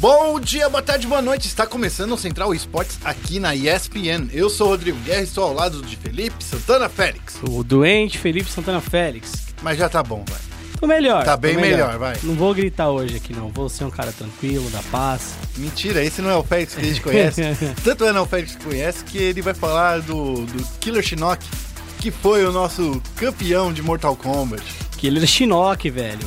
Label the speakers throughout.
Speaker 1: Bom dia, boa tarde, boa noite. Está começando o Central Esportes aqui na ESPN. Eu sou o Rodrigo Guerra e estou ao lado de Felipe Santana Félix.
Speaker 2: O doente Felipe Santana Félix.
Speaker 1: Mas já tá bom, vai.
Speaker 2: Tô melhor.
Speaker 1: Tá bem
Speaker 2: tô
Speaker 1: melhor, vai.
Speaker 2: Não vou gritar hoje aqui, não. Vou ser um cara tranquilo, da paz.
Speaker 1: Mentira, esse não é o Félix que a gente conhece. Tanto é não o Félix que conhece que ele vai falar do, do Killer Shinnok, que foi o nosso campeão de Mortal Kombat.
Speaker 2: Que ele é Shinnok, velho.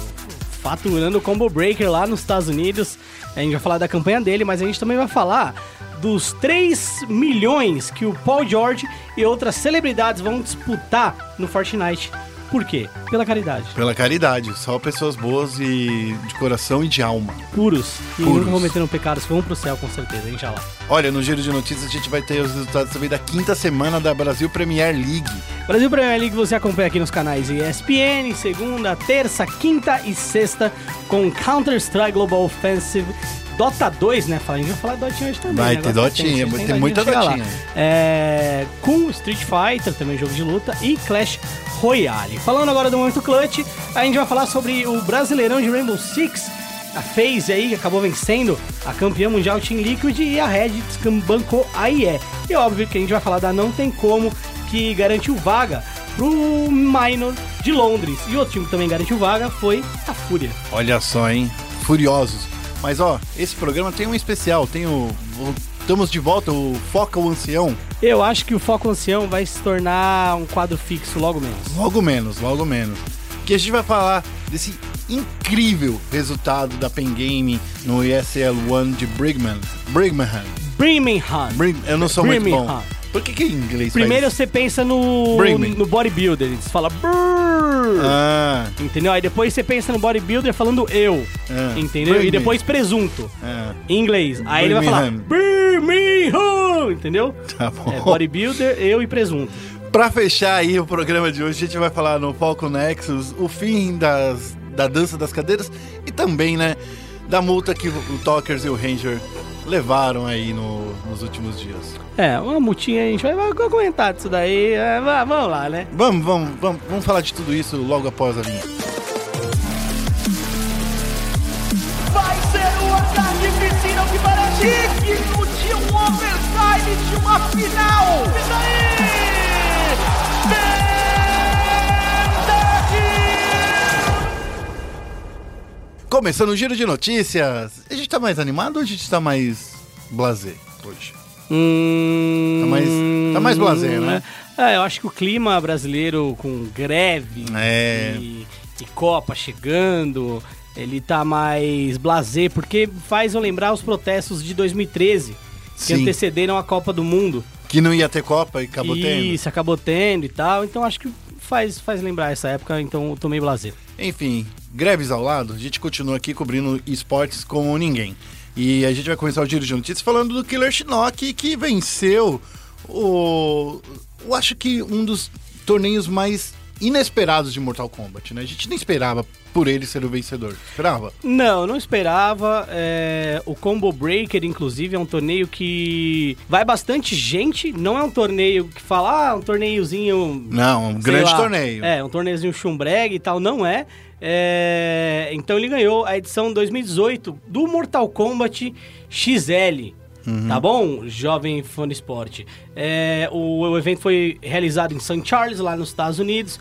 Speaker 2: Faturando o Combo Breaker lá nos Estados Unidos. A gente vai falar da campanha dele, mas a gente também vai falar dos 3 milhões que o Paul George e outras celebridades vão disputar no Fortnite. Por quê? Pela caridade.
Speaker 1: Pela caridade, só pessoas boas e de coração e de alma.
Speaker 2: Puros. E
Speaker 1: Puros.
Speaker 2: nunca cometeram pecados, vão pro céu com certeza, hein, já lá.
Speaker 1: Olha, no giro de notícias a gente vai ter os resultados também da quinta semana da Brasil Premier League.
Speaker 2: Brasil Premier League você acompanha aqui nos canais ESPN, segunda, terça, quinta e sexta, com Counter-Strike Global Offensive, Dota 2, né? Fala, A gente vai falar Dotinha hoje também.
Speaker 1: Vai
Speaker 2: né?
Speaker 1: ter
Speaker 2: Agora que
Speaker 1: Dotinha,
Speaker 2: a gente
Speaker 1: vai ter muita
Speaker 2: chega lá.
Speaker 1: Dotinha.
Speaker 2: É, com Street Fighter, também jogo de luta, e Clash Royale. Falando agora do momento clutch, a gente vai falar sobre o Brasileirão de Rainbow Six, a FaZe aí, que acabou vencendo a campeã mundial Team Liquid e a Red descambancou a IE. E é óbvio que a gente vai falar da Não Tem Como, que garantiu vaga pro Minor de Londres. E outro time que também garantiu vaga foi a Fúria.
Speaker 1: Olha só, hein? Furiosos. Mas ó, esse programa tem um especial, tem o. o- Estamos de volta, o Foca o Ancião.
Speaker 2: Eu acho que o Foco Ancião vai se tornar um quadro fixo logo menos.
Speaker 1: Logo menos, logo menos. Que a gente vai falar desse incrível resultado da Pen Game no ESL One de Brigman. Brigman.
Speaker 2: Birmingham.
Speaker 1: Brig- eu não sou muito bom.
Speaker 2: Birmingham.
Speaker 1: Por que, que é em inglês? faz
Speaker 2: Primeiro
Speaker 1: isso?
Speaker 2: você pensa no,
Speaker 1: Bring me.
Speaker 2: no bodybuilder, você fala brrr,
Speaker 1: Ah,
Speaker 2: entendeu? Aí depois você pensa no bodybuilder falando eu,
Speaker 1: Ah.
Speaker 2: entendeu?
Speaker 1: Bring
Speaker 2: E
Speaker 1: me.
Speaker 2: depois presunto,
Speaker 1: ah,
Speaker 2: em inglês. Aí ele vai falar
Speaker 1: Birmingham.
Speaker 2: Birmingham, entendeu?
Speaker 1: tá bom.
Speaker 2: É bodybuilder, eu e presunto.
Speaker 1: Pra fechar aí o programa de hoje, a gente vai falar no Palco Nexus o fim das, da dança das cadeiras e também, né, da multa que o Talkers e o Ranger levaram aí no- nos últimos dias.
Speaker 2: É, uma multinha, a gente vai, vai comentar disso daí, é, va- vamos lá, né?
Speaker 1: Vamos, vamos, vamos, vamos falar de tudo isso logo após a linha.
Speaker 3: Vai ser o ataque piscina que parece digno de um overtime de uma final. E daí?
Speaker 1: Começando o giro de notícias. A gente tá mais animado ou a gente tá mais blasé hoje?
Speaker 2: Hum...
Speaker 1: Tá mais- tá mais blasé, né?
Speaker 2: É, eu acho que o clima brasileiro com greve
Speaker 1: É.
Speaker 2: e, e Copa chegando, ele tá mais blasé, porque faz eu lembrar os protestos de 2013, que
Speaker 1: Sim.
Speaker 2: antecederam a Copa do Mundo.
Speaker 1: Que não ia ter Copa e acabou tendo.
Speaker 2: Isso, acabou tendo e tal, então acho que faz, faz lembrar essa época, então eu tomei blasé.
Speaker 1: Enfim, greves ao lado, a gente continua aqui cobrindo esportes como ninguém. E a gente vai começar o giro de notícias falando do Killer Shinnok, que venceu o. Eu acho que um dos torneios mais inesperados de Mortal Kombat, né? A gente nem esperava por ele ser o vencedor. Esperava?
Speaker 2: Não, não esperava. é, o Combo Breaker, inclusive, é um torneio que vai bastante gente. Não é um torneio que fala, ah, um torneiozinho.
Speaker 1: Não, um
Speaker 2: sei
Speaker 1: grande
Speaker 2: lá,
Speaker 1: torneio.
Speaker 2: É, um torneiozinho chumbreg e tal, não é. É, Então ele ganhou a edição 2018 do Mortal Kombat XL.
Speaker 1: Uhum.
Speaker 2: Tá bom, jovem fã do esporte? É, o, o evento foi realizado em St. Charles, lá nos Estados Unidos.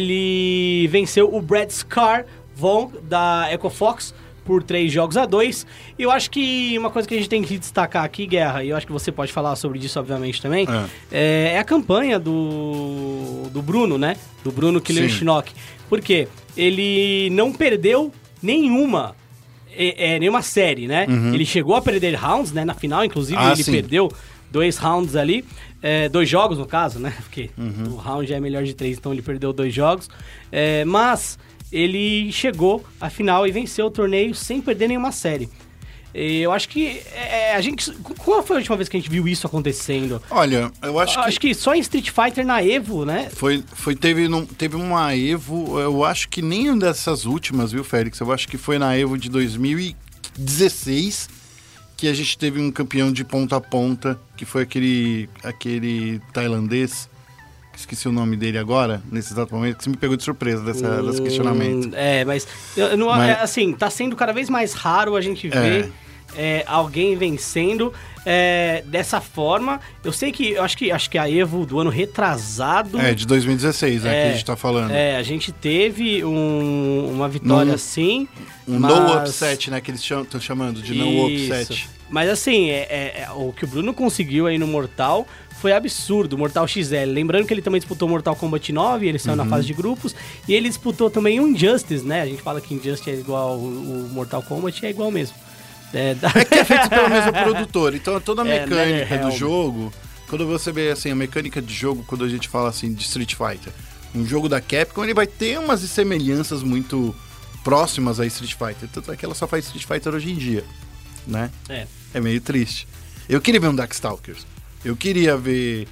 Speaker 2: Ele venceu o Brad Scar Von, da EcoFox, por três jogos a dois. E eu acho que uma coisa que a gente tem que destacar aqui, Guerra, e eu acho que você pode falar sobre isso, obviamente, também,
Speaker 1: Ah.
Speaker 2: é, é a campanha do, do Bruno, né? Do Bruno Killer
Speaker 1: Sim.
Speaker 2: Shinnok. Por quê? Ele não perdeu nenhuma. É, é, nenhuma série, né? Ele chegou a perder rounds, né? Na final, inclusive,
Speaker 1: Uhum. Ah,
Speaker 2: ele
Speaker 1: sim.
Speaker 2: perdeu dois rounds ali. é, dois jogos, no caso, né? Porque
Speaker 1: Uhum.
Speaker 2: o round já é melhor de três, então ele perdeu dois jogos. É, mas ele chegou à final e venceu o torneio sem perder nenhuma série. E Eu acho que é, a gente. Qual foi a última vez que a gente viu isso acontecendo?
Speaker 1: Olha, eu acho que.
Speaker 2: Acho que só em Street Fighter na Evo, né?
Speaker 1: Foi, foi teve, num, teve uma Evo, eu acho que nem dessas últimas, viu, Félix? Eu acho que foi na Evo de 2016 que a gente teve um campeão de ponta a ponta, que foi aquele, aquele tailandês, que esqueci o nome dele agora, nesse exato momento, que você me pegou de surpresa dessa, desse questionamento.
Speaker 2: Hum, É, mas, eu não-
Speaker 1: É, Mas-
Speaker 2: é, assim, tá sendo cada vez mais raro a gente ver é, alguém vencendo é, dessa forma. Eu sei que, eu acho que, acho que a Evo do ano retrasado.
Speaker 1: É, de 2016, né, que a gente tá falando.
Speaker 2: É, a gente teve um- uma vitória
Speaker 1: Num-
Speaker 2: sim.
Speaker 1: Um no
Speaker 2: mas-
Speaker 1: upset, né? Que eles estão chamando de no
Speaker 2: Isso.
Speaker 1: upset.
Speaker 2: Mas assim, é- é- é, o que o Bruno conseguiu aí no Mortal foi absurdo, Mortal XL. Lembrando que ele também disputou Mortal Kombat 9, ele saiu na
Speaker 1: Uhum.
Speaker 2: fase de grupos, e ele disputou também o Injustice, né? A gente fala que Injustice é igual o, o Mortal Kombat, é igual mesmo. É, da-
Speaker 1: É que é feito pelo mesmo produtor. Então toda a
Speaker 2: É,
Speaker 1: mecânica do
Speaker 2: NetherRealm.
Speaker 1: jogo. Quando você vê assim, a mecânica de jogo, quando a gente fala assim de Street Fighter, um jogo da Capcom, ele vai ter umas semelhanças muito próximas a Street Fighter. Tanto é que ela só faz Street Fighter hoje em dia, né?
Speaker 2: É.
Speaker 1: É meio triste. Eu queria ver um Darkstalkers. Eu queria ver.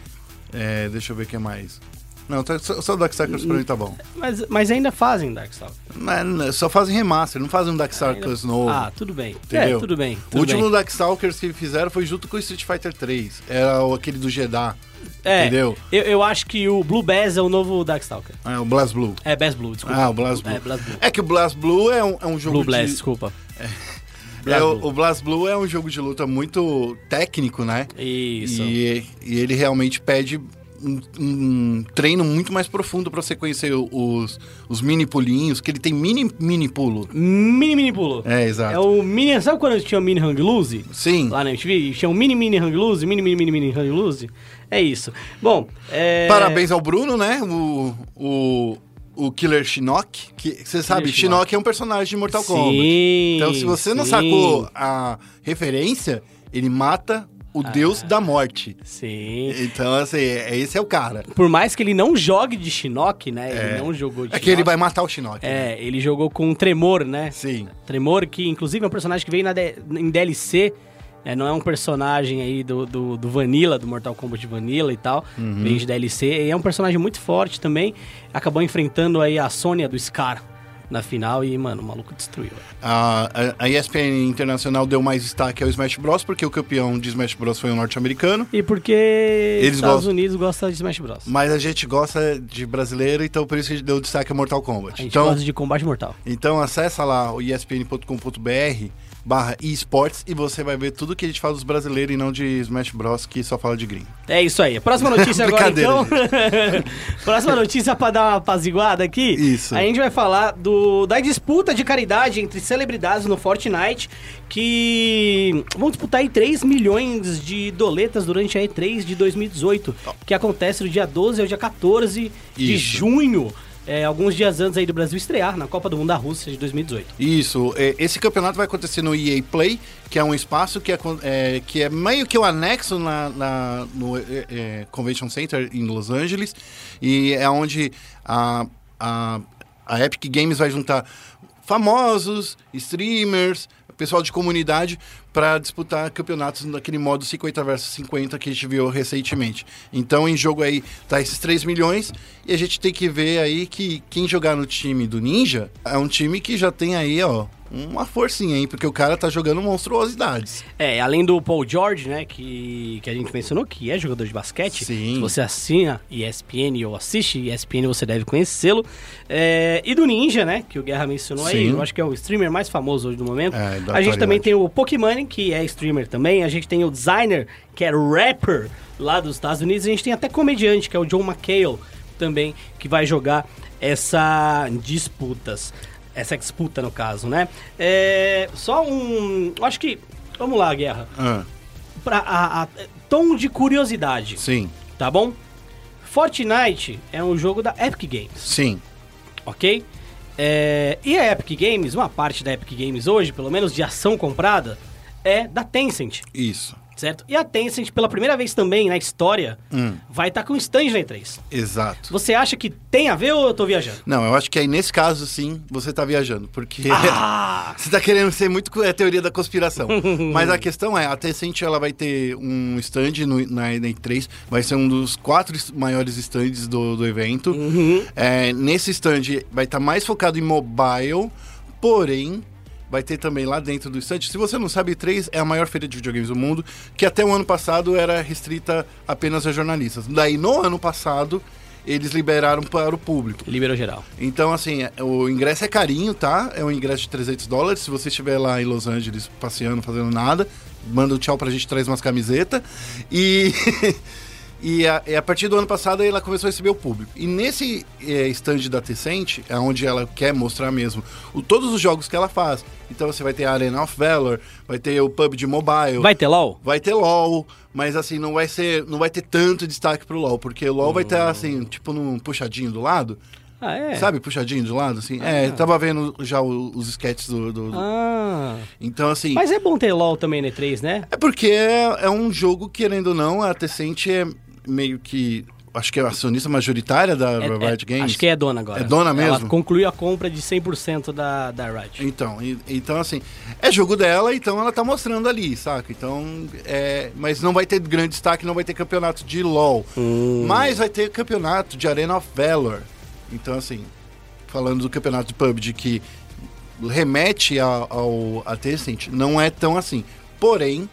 Speaker 1: é, deixa eu ver o que mais. Não, tá- só, só Darkstalkers pra mim tá bom.
Speaker 2: Mas, mas ainda fazem Darkstalkers.
Speaker 1: Não, não, só fazem remaster, não fazem um Darkstalkers novo.
Speaker 2: É, Ah, tudo bem.
Speaker 1: Entendeu?
Speaker 2: É, tudo bem.
Speaker 1: o
Speaker 2: tudo
Speaker 1: último
Speaker 2: bem.
Speaker 1: Darkstalkers que fizeram foi junto com o Street Fighter 3. Era o- aquele do Jeddah.
Speaker 2: É,
Speaker 1: Entendeu?
Speaker 2: Eu, eu acho que o Blue Bass é o novo Darkstalker.
Speaker 1: É, o Blast Blue.
Speaker 2: É, Bass Blue, desculpa.
Speaker 1: Ah, o Blast Blue.
Speaker 2: É, Blast Blue.
Speaker 1: É que o Blast Blue é um, é um jogo
Speaker 2: Blue
Speaker 1: de...
Speaker 2: Blast, desculpa.
Speaker 1: é,
Speaker 2: Blast
Speaker 1: o-
Speaker 2: Blue.
Speaker 1: O Blast Blue é um jogo de luta muito técnico, né?
Speaker 2: Isso.
Speaker 1: E, e ele realmente pede um, um treino muito mais profundo pra você conhecer o- os, os mini pulinhos, que ele tem mini, mini pulo.
Speaker 2: Mini Mini Pulo.
Speaker 1: É, exato.
Speaker 2: É o mini. Sabe quando tinha o mini Hang Loose?
Speaker 1: Sim.
Speaker 2: Lá na MTV? E Tinha o mini mini Hang Loose, mini mini mini mini Hang Loose? É isso. Bom, é.
Speaker 1: Parabéns ao Bruno, né? O, o, o Killer Shinnok. Que você sabe,
Speaker 2: Shinnok.
Speaker 1: Shinnok é um personagem de Mortal Kombat.
Speaker 2: Sim,
Speaker 1: Então, se você não
Speaker 2: sim, Ah.
Speaker 1: sacou a referência, ele mata o deus da morte.
Speaker 2: Sim.
Speaker 1: Então, assim, é- esse é o cara.
Speaker 2: Por mais que ele não jogue de Shinnok, né? Ele
Speaker 1: É.
Speaker 2: não jogou de
Speaker 1: É que ele
Speaker 2: Shinnok.
Speaker 1: vai matar o Shinnok. né?
Speaker 2: É, ele jogou com Tremor, né?
Speaker 1: Sim.
Speaker 2: Tremor, que inclusive é um personagem que veio na D- em DLC. né? não é um personagem aí do, do, do Vanilla, do Mortal Kombat Vanilla e tal.
Speaker 1: Uhum.
Speaker 2: Veio de DLC. E é um personagem muito forte também. Acabou enfrentando aí a Sônia do Scar na final e, mano, o maluco destruiu.
Speaker 1: A, a, a ESPN Internacional deu mais destaque ao Smash Bros. porque o campeão de Smash Bros. foi um norte-americano.
Speaker 2: E porque
Speaker 1: Eles
Speaker 2: Estados
Speaker 1: gostam-
Speaker 2: Unidos gosta de Smash Bros.
Speaker 1: Mas a gente gosta de brasileiro, então por isso que a gente deu destaque ao Mortal Kombat.
Speaker 2: A gente
Speaker 1: então,
Speaker 2: gosta de combate mortal.
Speaker 1: Então acessa lá o espn.com.br barra esportes e você vai ver tudo que a gente fala dos brasileiros e não de Smash Bros que só fala de gringo.
Speaker 2: É isso aí. Próxima notícia agora,
Speaker 1: Brincadeira,
Speaker 2: então. Próxima notícia pra dar uma apaziguada aqui.
Speaker 1: Isso.
Speaker 2: A gente vai falar do, da disputa de caridade entre celebridades no Fortnite, que vão disputar aí 3 milhões de doletas durante a E3 de 2018, que acontece do dia 12 ao dia 14 de
Speaker 1: Isso.
Speaker 2: junho. é, alguns dias antes aí do Brasil estrear na Copa do Mundo da Rússia de 2018.
Speaker 1: Isso, é, esse campeonato vai acontecer no EA Play, que é um espaço que é, con- é, que é meio que o anexo na, na- no é, é, Convention Center em Los Angeles, e é onde a, a, a Epic Games vai juntar famosos, streamers, pessoal de comunidade, para disputar campeonatos naquele modo 50 versus 50 que a gente viu recentemente. Então, em jogo aí, tá esses 3 milhões, e a gente tem que ver aí que quem jogar no time do Ninja é um time que já tem aí, ó, uma forcinha, hein? Porque o cara tá jogando monstruosidades.
Speaker 2: É, além do Paul George, né, que, que a gente mencionou, que é jogador de basquete.
Speaker 1: Sim.
Speaker 2: Se você assina ESPN ou assiste ESPN, você deve conhecê-lo. É, e do Ninja, né, que o Guerra mencionou aí,
Speaker 1: Sim.
Speaker 2: eu acho que é o streamer mais famoso hoje do momento.
Speaker 1: É, da
Speaker 2: a gente
Speaker 1: atualidade.
Speaker 2: também tem o Pokémon, que é streamer também. A gente tem o designer, que é rapper lá dos Estados Unidos. E a gente tem até comediante, que é o John McHale também, que vai jogar essa disputas. Essa disputa, no caso, né? É, só um... eu Acho que... Vamos lá, Guerra
Speaker 1: Ah,
Speaker 2: pra, a, a- tom de curiosidade,
Speaker 1: sim,
Speaker 2: tá bom? Fortnite é um jogo da Epic Games,
Speaker 1: sim.
Speaker 2: ok? É, e a Epic Games, uma parte da Epic Games hoje, pelo menos de ação comprada, é da Tencent,
Speaker 1: Isso.
Speaker 2: certo? E a Tencent, pela primeira vez também na história,
Speaker 1: Hum.
Speaker 2: vai estar com stand na E3.
Speaker 1: Exato.
Speaker 2: Você acha que tem a ver ou eu tô viajando?
Speaker 1: Não, eu acho que aí nesse caso, sim, você tá viajando, porque.
Speaker 2: Ah!
Speaker 1: Você tá querendo ser muito co- é teoria da conspiração. Mas a questão é, a Tencent ela vai ter um stand no, na E3, vai ser um dos quatro es- maiores stands do, do evento. É, nesse stand vai estar mais focado em mobile, porém vai ter também lá dentro do stand. Se você não sabe, E3 é a maior feira de videogames do mundo, que até o ano passado era restrita apenas a jornalistas. Daí no ano passado eles liberaram para o público.
Speaker 2: Liberou geral.
Speaker 1: Então, assim, o ingresso é carinho, tá? É um ingresso de 300 dólares. Se você estiver lá em Los Angeles passeando, fazendo nada, manda um tchau pra gente, traz umas camisetas. E. E a, e a partir do ano passado ela começou a receber o público. E nesse é, stand da Tecente, é onde ela quer mostrar mesmo o, todos os jogos que ela faz. Então você vai ter a Arena of Valor, vai ter o pub de mobile.
Speaker 2: Vai ter LOL?
Speaker 1: Vai ter LOL, mas assim, não vai ser. Não vai ter tanto destaque pro LOL, porque o LOL vai estar assim, tipo num puxadinho do lado.
Speaker 2: Ah, é?
Speaker 1: Sabe, puxadinho do lado, assim? é, eu tava vendo já o- os sketches do. do- do-
Speaker 2: Ah.
Speaker 1: Então, assim.
Speaker 2: Mas é bom ter LOL também na E3, né?
Speaker 1: É porque é, é um jogo, querendo ou não, a Tecente é meio que. Acho que é acionista majoritária da
Speaker 2: É,
Speaker 1: Riot
Speaker 2: é,
Speaker 1: Games.
Speaker 2: acho que é dona agora.
Speaker 1: É dona
Speaker 2: Ela
Speaker 1: mesmo?
Speaker 2: concluiu a compra de 100% da, da Riot.
Speaker 1: Então, e- então, assim, é jogo dela, então ela tá mostrando ali, saca? Então, é, mas não vai ter grande destaque, não vai ter campeonato de LoL. Mas vai ter campeonato de Arena of Valor. Então, assim, falando do campeonato de PUBG que remete a- ao a Tencent, não é tão assim. Porém,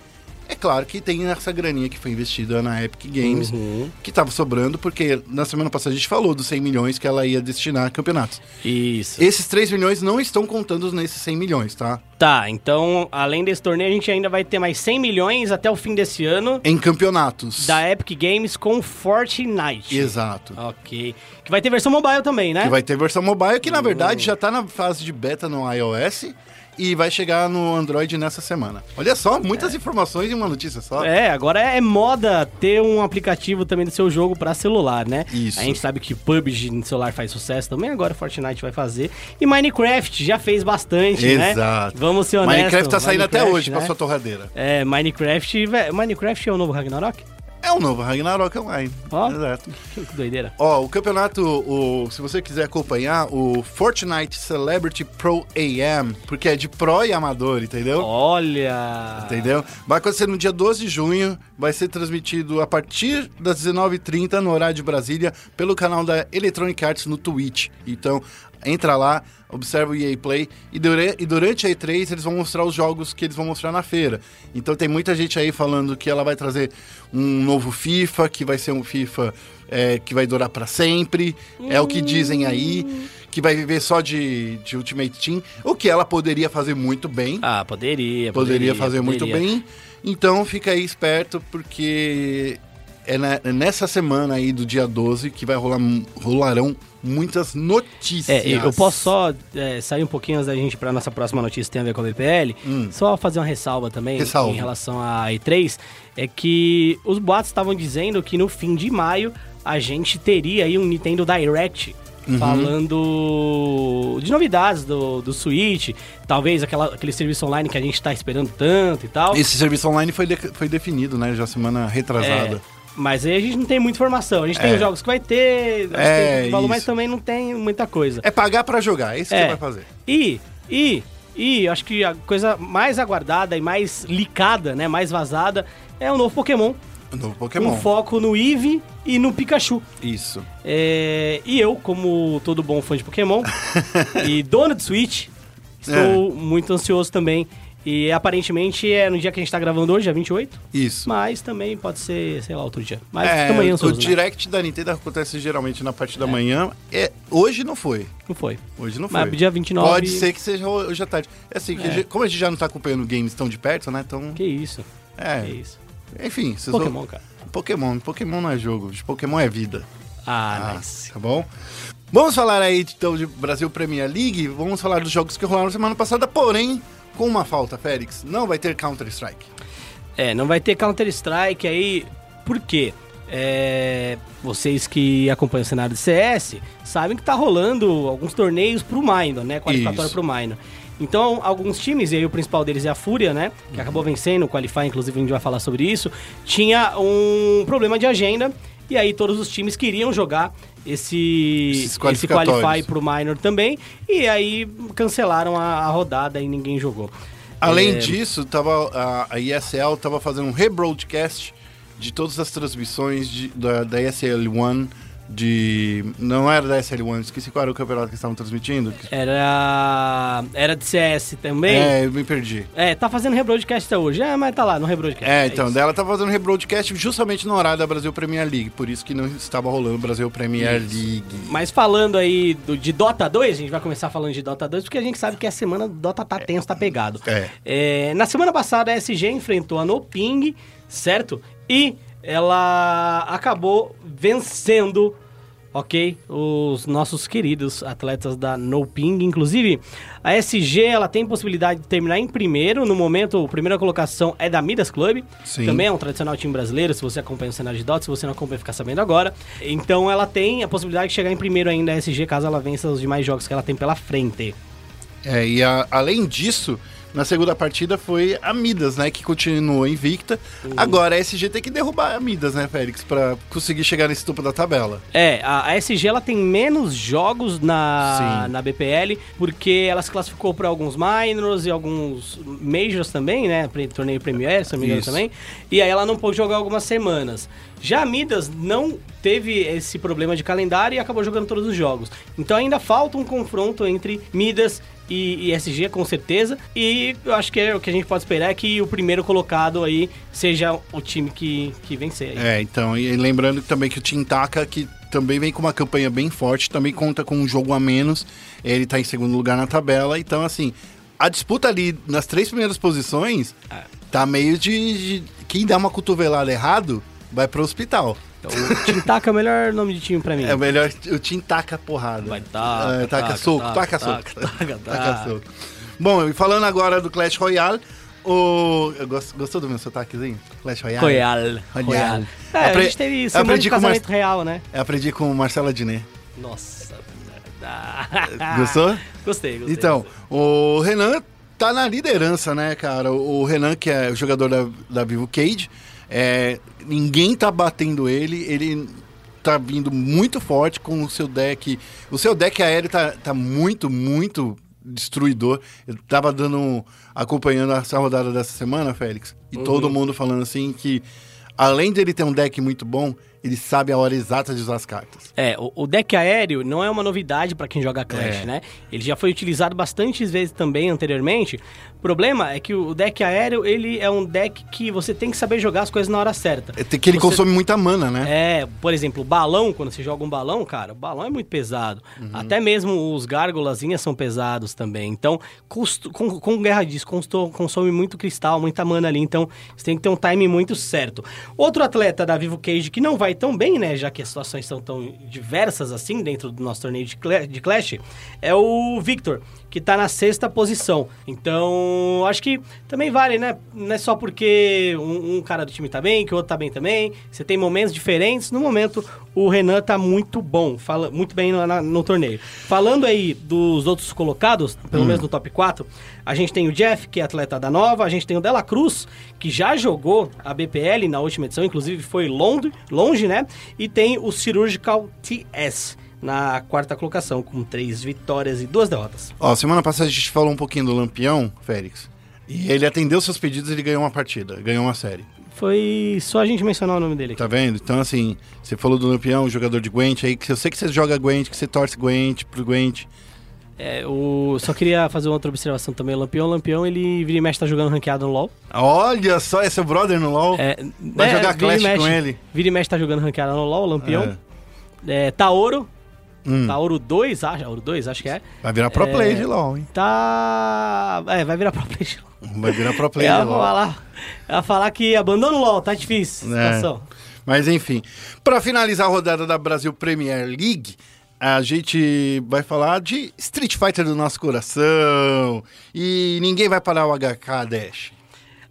Speaker 1: é claro que tem essa graninha que foi investida na Epic Games,
Speaker 2: Uhum.
Speaker 1: que tava sobrando, porque na semana passada a gente falou dos 100 milhões que ela ia destinar a campeonatos.
Speaker 2: Isso.
Speaker 1: Esses 3 milhões não estão contando nesses 100 milhões, tá?
Speaker 2: Tá, então, além desse torneio, a gente ainda vai ter mais 100 milhões até o fim desse ano
Speaker 1: Em campeonatos.
Speaker 2: da Ah, Epic Games com Fortnite.
Speaker 1: Exato.
Speaker 2: Ok. Que vai ter versão mobile também, né?
Speaker 1: Que vai ter versão mobile, que na verdade já tá na fase de beta no iOS e vai chegar no Android nessa semana. Olha só, muitas informações em uma notícia só.
Speaker 2: É, agora é moda ter um aplicativo também do seu jogo pra celular, né?
Speaker 1: Isso.
Speaker 2: A gente sabe que PUBG no celular faz sucesso também, agora Fortnite vai fazer. E Minecraft já fez bastante, né?
Speaker 1: Exato.
Speaker 2: Vamos ser honestos.
Speaker 1: Minecraft tá saindo até
Speaker 2: né, Minecraft,
Speaker 1: hoje
Speaker 2: né?
Speaker 1: pra sua torradeira.
Speaker 2: É, Minecraft, velho, Minecraft é o novo Ragnarok?
Speaker 1: É o novo Ragnarok Online.
Speaker 2: Ó.
Speaker 1: Exato.
Speaker 2: Que doideira.
Speaker 1: Ó, o campeonato, o- se você quiser acompanhar, o Fortnite Celebrity Pro AM, porque é de pro e amador, entendeu?
Speaker 2: Olha!
Speaker 1: Entendeu? Vai acontecer no dia 12 de junho, vai ser transmitido a partir das 19h30 no horário de Brasília pelo canal da Electronic Arts no Twitch. Então, entra lá, observa o EA Play e, dura- e durante a E3 eles vão mostrar os jogos que eles vão mostrar na feira. Então tem muita gente aí falando que ela vai trazer um novo FIFA, que vai ser um FIFA é, que vai durar pra sempre, é o que dizem aí, que vai viver só de, de Ultimate Team, o que ela poderia fazer muito bem
Speaker 2: Ah, poderia, poderia.
Speaker 1: poderia fazer muito
Speaker 2: poderia.
Speaker 1: bem. Então fica aí esperto, porque é, na- é nessa semana aí do dia 12 que vai rolar mu- rolarão muitas notícias.
Speaker 2: É, eu- eu posso só é, sair um pouquinho antes da gente para nossa próxima notícia que tem a ver com a BPL. Só fazer uma ressalva também
Speaker 1: Hum. Ressalva.
Speaker 2: em relação à E3. É que os boatos estavam dizendo que no fim de maio a gente teria aí um Nintendo Direct.
Speaker 1: Uhum.
Speaker 2: Falando de novidades do, do Switch, talvez aquela, aquele serviço online que a gente tá esperando tanto e tal.
Speaker 1: Esse serviço online foi, de- foi definido, né? Já semana retrasada.
Speaker 2: É, mas aí a gente não tem muita informação. A gente tem
Speaker 1: É.
Speaker 2: os jogos que vai ter, a gente
Speaker 1: É,
Speaker 2: tem o que falou, mas
Speaker 1: isso.
Speaker 2: também não tem muita coisa.
Speaker 1: É, pagar pra jogar, é isso que você vai fazer.
Speaker 2: E, e, e, acho que a coisa mais aguardada e mais licada, né, mais vazada, é o novo Pokémon.
Speaker 1: O novo
Speaker 2: Com
Speaker 1: Pokémon.
Speaker 2: foco no Eevee e no Pikachu.
Speaker 1: Isso.
Speaker 2: É, e eu, como todo bom fã de Pokémon e dono de Switch,
Speaker 1: É.
Speaker 2: estou muito ansioso também. E aparentemente é no dia que a gente tá gravando hoje, é 28.
Speaker 1: Isso.
Speaker 2: Mas também pode ser, sei lá, outro dia. Mas
Speaker 1: É,
Speaker 2: também
Speaker 1: o
Speaker 2: ansioso. né?
Speaker 1: direct da Nintendo acontece geralmente na parte da manhã. É, hoje não foi.
Speaker 2: Não foi.
Speaker 1: Hoje não foi.
Speaker 2: Mas dia 29
Speaker 1: Pode ser que seja hoje à tarde. É assim, que a gente- como a gente já não tá acompanhando games tão de perto, né? Então.
Speaker 2: Que isso.
Speaker 1: É,
Speaker 2: Que isso.
Speaker 1: enfim, vocês vão-
Speaker 2: Pokémon, cara.
Speaker 1: Pokémon, Pokémon não é jogo, de Pokémon é vida.
Speaker 2: Ah,
Speaker 1: Ah,
Speaker 2: nice.
Speaker 1: Tá bom? Vamos falar aí então de Brasil Premier League, vamos falar dos jogos que rolaram semana passada, porém, com uma falta, Félix, não vai ter Counter-Strike.
Speaker 2: É, não vai ter Counter-Strike aí. Por quê? É, vocês que acompanham o cenário de CS sabem que tá rolando alguns torneios pro Minor, né? Qualificatório
Speaker 1: Isso.
Speaker 2: pro Minor. Então, alguns times, e aí o principal deles é a Fúria, né? Que acabou
Speaker 1: Uhum.
Speaker 2: vencendo o Qualify, inclusive a gente vai falar sobre isso. Tinha um problema de agenda. E aí todos os times queriam jogar esse,
Speaker 1: Esses
Speaker 2: esse
Speaker 1: qualificatórios.
Speaker 2: Qualify pro Minor também. E aí cancelaram a, a rodada e ninguém jogou.
Speaker 1: Além
Speaker 2: É,
Speaker 1: disso, tava, a, a ESL tava fazendo um rebroadcast de todas as transmissões de- da, da ESL One de. Não era da SL1, esqueci qual era o campeonato que eles estavam transmitindo.
Speaker 2: É, Era. Era de CS também.
Speaker 1: É, eu me perdi.
Speaker 2: É, tá fazendo rebroadcast até hoje. É, mas tá lá no rebroadcast.
Speaker 1: É, então,
Speaker 2: isso.
Speaker 1: dela tava fazendo rebroadcast justamente no horário da Brasil Premier League, por isso que não estava rolando Brasil Premier League.
Speaker 2: Mas falando aí do, de Dota 2, a gente vai começar falando de Dota 2, porque a gente sabe que a semana do Dota tá tenso, tá pegado.
Speaker 1: É.
Speaker 2: É, na semana passada, a SG enfrentou a Noping, certo? E ela acabou vencendo, ok? Os nossos queridos atletas da Noping. Inclusive, a SG ela tem possibilidade de terminar em primeiro. No momento, a primeira colocação é da Midas Club.
Speaker 1: Sim.
Speaker 2: Também é um tradicional time brasileiro. Se você acompanha o cenário de Dota, se você não acompanha, fica sabendo agora. Então, ela tem a possibilidade de chegar em primeiro ainda a SG, caso ela vença os demais jogos que ela tem pela frente.
Speaker 1: É, e a- além disso, na segunda partida foi a Midas, né? Que continuou invicta.
Speaker 2: Uhum.
Speaker 1: Agora a SG tem que derrubar a Midas, né, Félix? Pra conseguir chegar nesse topo da tabela.
Speaker 2: É, a a SG ela tem menos jogos na,
Speaker 1: Sim.
Speaker 2: na BPL, porque ela se classificou para alguns minors e alguns majors também, né? pre- Torneio Premier, se não me engano
Speaker 1: Isso.
Speaker 2: também. E aí ela não pôde jogar algumas semanas. Já a Midas não teve esse problema de calendário e acabou jogando todos os jogos. Então ainda falta um confronto entre Midas e, e SG, com certeza. E eu acho que é, o que a gente pode esperar é que o primeiro colocado aí seja o time que, que vencer. aí.
Speaker 1: É, então, e lembrando também que o Tintaka, que também vem com uma campanha bem forte, também conta com um jogo a menos, ele tá em segundo lugar na tabela, então assim, a disputa ali nas três primeiras posições
Speaker 2: É.
Speaker 1: tá meio de, de- quem dá uma cotovelada errado vai pro hospital.
Speaker 2: Então, o Tintaka é o melhor nome de time pra mim.
Speaker 1: É melhor o Tintaka porrada.
Speaker 2: Vai, taca,
Speaker 1: É, taca,
Speaker 2: taca,
Speaker 1: soco,
Speaker 2: taca,
Speaker 1: taca, soco.
Speaker 2: taca, taca, taca.
Speaker 1: soco. Bom, e falando agora do Clash Royale, o eu gosto- gostou do meu sotaquezinho? Clash Royale.
Speaker 2: Coial.
Speaker 1: Coial.
Speaker 2: Coial. É, a
Speaker 1: Apre-
Speaker 2: gente teve semana
Speaker 1: aprendi
Speaker 2: de
Speaker 1: com o
Speaker 2: casamento
Speaker 1: Mar-
Speaker 2: real, né?
Speaker 1: Eu aprendi com o Marcelo Adnet.
Speaker 2: Nossa.
Speaker 1: Gostou?
Speaker 2: Gostei, gostei.
Speaker 1: Então, o Renan tá na liderança, né, cara? O o Renan, que é o jogador da, da Vivo Cage, é, ninguém tá batendo ele, ele tá vindo muito forte com o seu deck. O seu deck aéreo tá, tá muito, muito destruidor. Eu tava dando. um, acompanhando essa rodada dessa semana, Félix, e todo mundo falando assim que. Além dele ter um deck muito bom, ele sabe a hora exata de usar as cartas.
Speaker 2: É, o, o deck aéreo não é uma novidade pra quem joga Clash,
Speaker 1: É.
Speaker 2: né? Ele já foi utilizado bastantes vezes também anteriormente. O problema é que o deck aéreo, ele é um deck que você tem que saber jogar as coisas na hora certa.
Speaker 1: É que ele
Speaker 2: Você-
Speaker 1: consome muita mana, né?
Speaker 2: É, por exemplo, balão, quando você joga um balão, cara, o balão é muito pesado. Até mesmo os gárgolazinhas são pesados também. Então, custo- com, com guerra disso, consto- consome muito cristal, muita mana ali. Então, você tem que ter um time muito certo. Outro atleta da Vivo Cage que não vai tão bem, né? Já que as situações são tão diversas assim dentro do nosso torneio de Cla- de Clash, é o Victor, que tá na sexta posição. Então, acho que também vale, né? Não é só porque um, um cara do time tá bem, que o outro tá bem também. Você tem momentos diferentes. No momento, o Renan tá muito bom, fala, muito bem no, na- no torneio. Falando aí dos outros colocados, pelo menos no top 4, a gente tem o Jeff, que é atleta da Nova, a gente tem o Dela Cruz, que já jogou a BPL na última edição, inclusive foi longe, longe né? E tem o Surgical TS. Na quarta colocação, com três vitórias e duas derrotas.
Speaker 1: Ó, semana passada a gente falou um pouquinho do Lampião, Félix. E ele atendeu seus pedidos e ele ganhou uma partida, ganhou uma série.
Speaker 2: Foi só a gente mencionar o nome dele aqui.
Speaker 1: Tá vendo? Então, assim, você falou do Lampião, um jogador de Gwent aí, que eu sei que você joga Gwent, que você torce Gwent pro Gwent.
Speaker 2: É, o... Só queria fazer uma outra observação também. O Lampião, o Lampião, ele vira e mexe, tá jogando ranqueado no LoL.
Speaker 1: Olha só, é seu brother no LoL.
Speaker 2: É,
Speaker 1: Vai
Speaker 2: é,
Speaker 1: jogar
Speaker 2: vira
Speaker 1: Clash
Speaker 2: e mexe,
Speaker 1: com ele.
Speaker 2: Vira e mexe, tá jogando ranqueado no LoL, o Lampião. É, Taoro,
Speaker 1: Hum,
Speaker 2: Taoro 2, acho, Taoro 2, acho que é.
Speaker 1: Vai virar pro
Speaker 2: É.
Speaker 1: play de LoL, hein?
Speaker 2: Tá... É, vai virar pro play.
Speaker 1: Vai virar pro play de
Speaker 2: Ela
Speaker 1: LoL.
Speaker 2: falar, ela falar que abandona o LoL, tá difícil a
Speaker 1: É.
Speaker 2: situação.
Speaker 1: Mas enfim, para finalizar a rodada da Brasil Premier League, a gente vai falar de Street Fighter do nosso coração. E ninguém vai parar o HK Dash.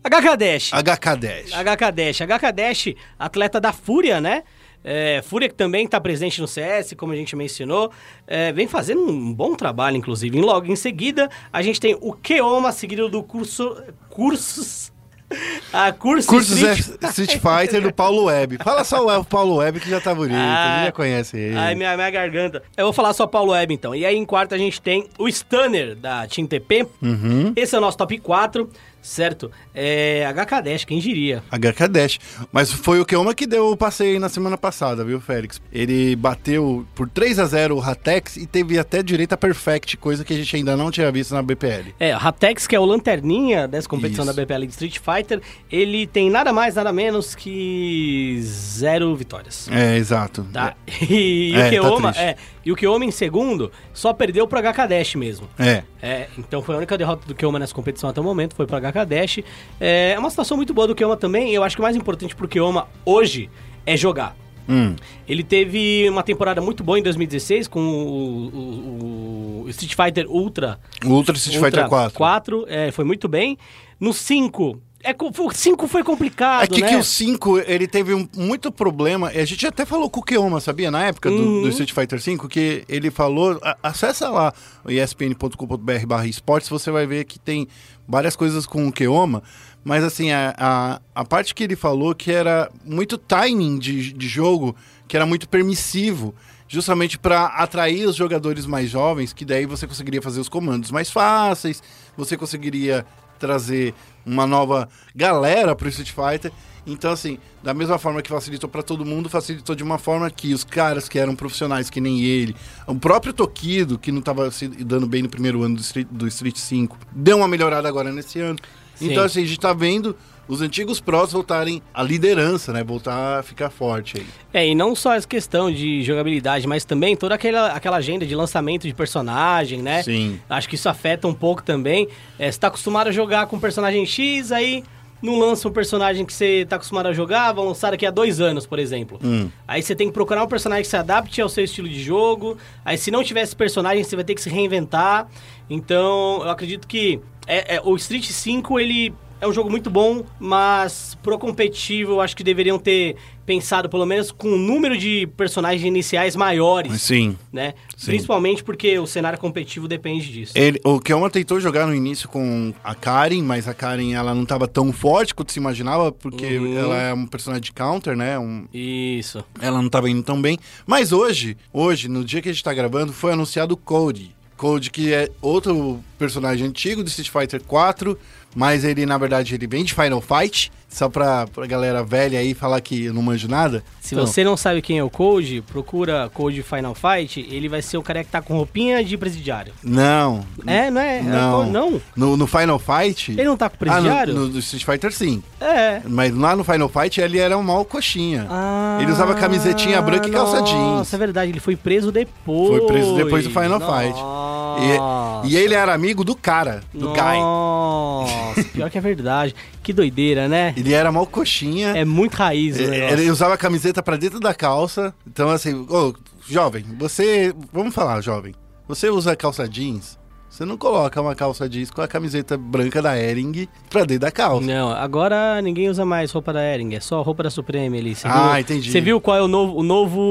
Speaker 2: HK Dash.
Speaker 1: HK Dash.
Speaker 2: HK Dash. HK Dash, atleta da Fúria, né? É, Fúria que também está presente no CS, como a gente mencionou, É, vem fazendo um bom trabalho, inclusive. E Logo em seguida, a gente tem o Keoma, seguido do curso... Cursos... A curso
Speaker 1: Cursos
Speaker 2: Street-
Speaker 1: Street... Fighter do Paulo Web. Fala só o El- Paulo Web que já tá bonito,
Speaker 2: Ah.
Speaker 1: ele já conhece ele.
Speaker 2: Ai, minha, minha garganta. Eu vou falar só Paulo Web, então. E aí, em quarto, a gente tem o Stunner, da Team TP. Esse é o nosso top 4, certo? É HKDash, quem diria?
Speaker 1: HK Dash. Mas foi o que uma que deu o passeio na semana passada, viu, Félix? Ele bateu por 3 a 0 o Ratex e teve até direita perfect, coisa que a gente ainda não tinha visto na BPL.
Speaker 2: É, a Ratex, que é o lanterninha dessa competição
Speaker 1: Isso.
Speaker 2: da BPL de Street Fighter, ele tem nada mais, nada menos que zero vitórias.
Speaker 1: É, exato.
Speaker 2: Tá? E,
Speaker 1: É,
Speaker 2: o Keoma,
Speaker 1: tá triste.
Speaker 2: é, e o Keoma em segundo só perdeu pro HKDash mesmo.
Speaker 1: É.
Speaker 2: É, então foi a única derrota do Keoma nessa competição até o momento, foi pra HK Dash. É é uma situação muito boa do Keoma também, eu acho que o mais importante pro Keoma hoje é jogar.
Speaker 1: Hum.
Speaker 2: Ele teve uma temporada muito boa em 2016 com o, o- o Street Fighter Ultra.
Speaker 1: O Ultra Street Fighter
Speaker 2: Ultra
Speaker 1: 4.
Speaker 2: 4 é, foi muito bem. No 5, é, co- o 5 foi complicado,
Speaker 1: É que,
Speaker 2: né?
Speaker 1: que o 5, ele teve um, muito problema. A gente até falou com o Keoma, sabia? Na época do,
Speaker 2: Uhum.
Speaker 1: do Street Fighter V, que ele falou... a- acessa lá o espn.com.br barra esportes, você vai ver que tem várias coisas com o Keoma. Mas assim, a, a, a parte que ele falou que era muito timing de, de jogo, que era muito permissivo. Justamente para atrair os jogadores mais jovens, que daí você conseguiria fazer os comandos mais fáceis, você conseguiria trazer uma nova galera pro Street Fighter. Então, assim, da mesma forma que facilitou para todo mundo, facilitou de uma forma que os caras que eram profissionais, que nem ele, o próprio Tokido, que não tava se dando bem no primeiro ano do Street, do Street 5, deu uma melhorada agora nesse ano.
Speaker 2: Sim.
Speaker 1: Então, assim, a gente tá vendo os antigos prós voltarem à liderança, né? Voltar a ficar forte aí.
Speaker 2: É, e não só essa questão de jogabilidade, mas também toda aquela, aquela agenda de lançamento de personagem, né?
Speaker 1: Sim.
Speaker 2: Acho que isso afeta um pouco também. É, você tá acostumado a jogar com um personagem X, aí não lança um personagem que você tá acostumado a jogar, vão lançar daqui a dois anos, por exemplo. Aí você tem que procurar um personagem que se adapte ao seu estilo de jogo. Aí se não tiver esse personagem, você vai ter que se reinventar. Então, eu acredito que é- é, o Street 5, ele é um jogo muito bom, mas pro competitivo, eu acho que deveriam ter pensado pelo menos com um número de personagens iniciais maiores,
Speaker 1: Sim.
Speaker 2: né?
Speaker 1: Sim.
Speaker 2: Principalmente porque o cenário competitivo depende disso.
Speaker 1: Ele, o Keoma tentou jogar no início com a Karen, mas a Karen ela não tava tão forte quanto se imaginava, porque
Speaker 2: Uhum.
Speaker 1: ela é um personagem de counter, né? Um-
Speaker 2: Isso.
Speaker 1: ela não tava indo tão bem. Mas hoje, hoje, no dia que a gente tá gravando, foi anunciado o Cody. Cody, que é outro personagem antigo do Street Fighter 4, mas ele, na verdade, ele vem de Final Fight, só pra, pra galera velha aí falar que eu não manjo nada.
Speaker 2: Se
Speaker 1: Então,
Speaker 2: você não sabe quem é o Code, procura Code Final Fight, ele vai ser o cara que tá com roupinha de presidiário.
Speaker 1: Então, Não.
Speaker 2: É, não é? É,
Speaker 1: Hum. Não.
Speaker 2: não.
Speaker 1: No, no Final Fight...
Speaker 2: Ele não tá com
Speaker 1: Ah, no-
Speaker 2: presidiário?
Speaker 1: no, no Street Fighter, sim.
Speaker 2: É.
Speaker 1: Mas lá no Final Fight ele era um mau coxinha. ele usava camisetinha branca e calça jeans.
Speaker 2: Ah, Nossa, é verdade, ele foi preso depois.
Speaker 1: Foi preso depois do Final Fight.
Speaker 2: Nossa.
Speaker 1: E, e ele era amigo do cara, do Guy.
Speaker 2: Nossa, pior que é verdade. Que doideira, né?
Speaker 1: Ele era mau coxinha.
Speaker 2: É muito raiz o
Speaker 1: ele,
Speaker 2: negócio.
Speaker 1: ele usava a camiseta pra dentro da calça. Então, assim, ô, jovem, você. Vamos falar, jovem. Você usa calça jeans? Você não coloca uma calça jeans com a camiseta branca da Ering pra dentro da calça.
Speaker 2: Não, agora ninguém usa mais roupa da Ering, é só roupa da Supreme ali. Você
Speaker 1: Ah,
Speaker 2: viu-
Speaker 1: entendi.
Speaker 2: Você viu qual é o novo, o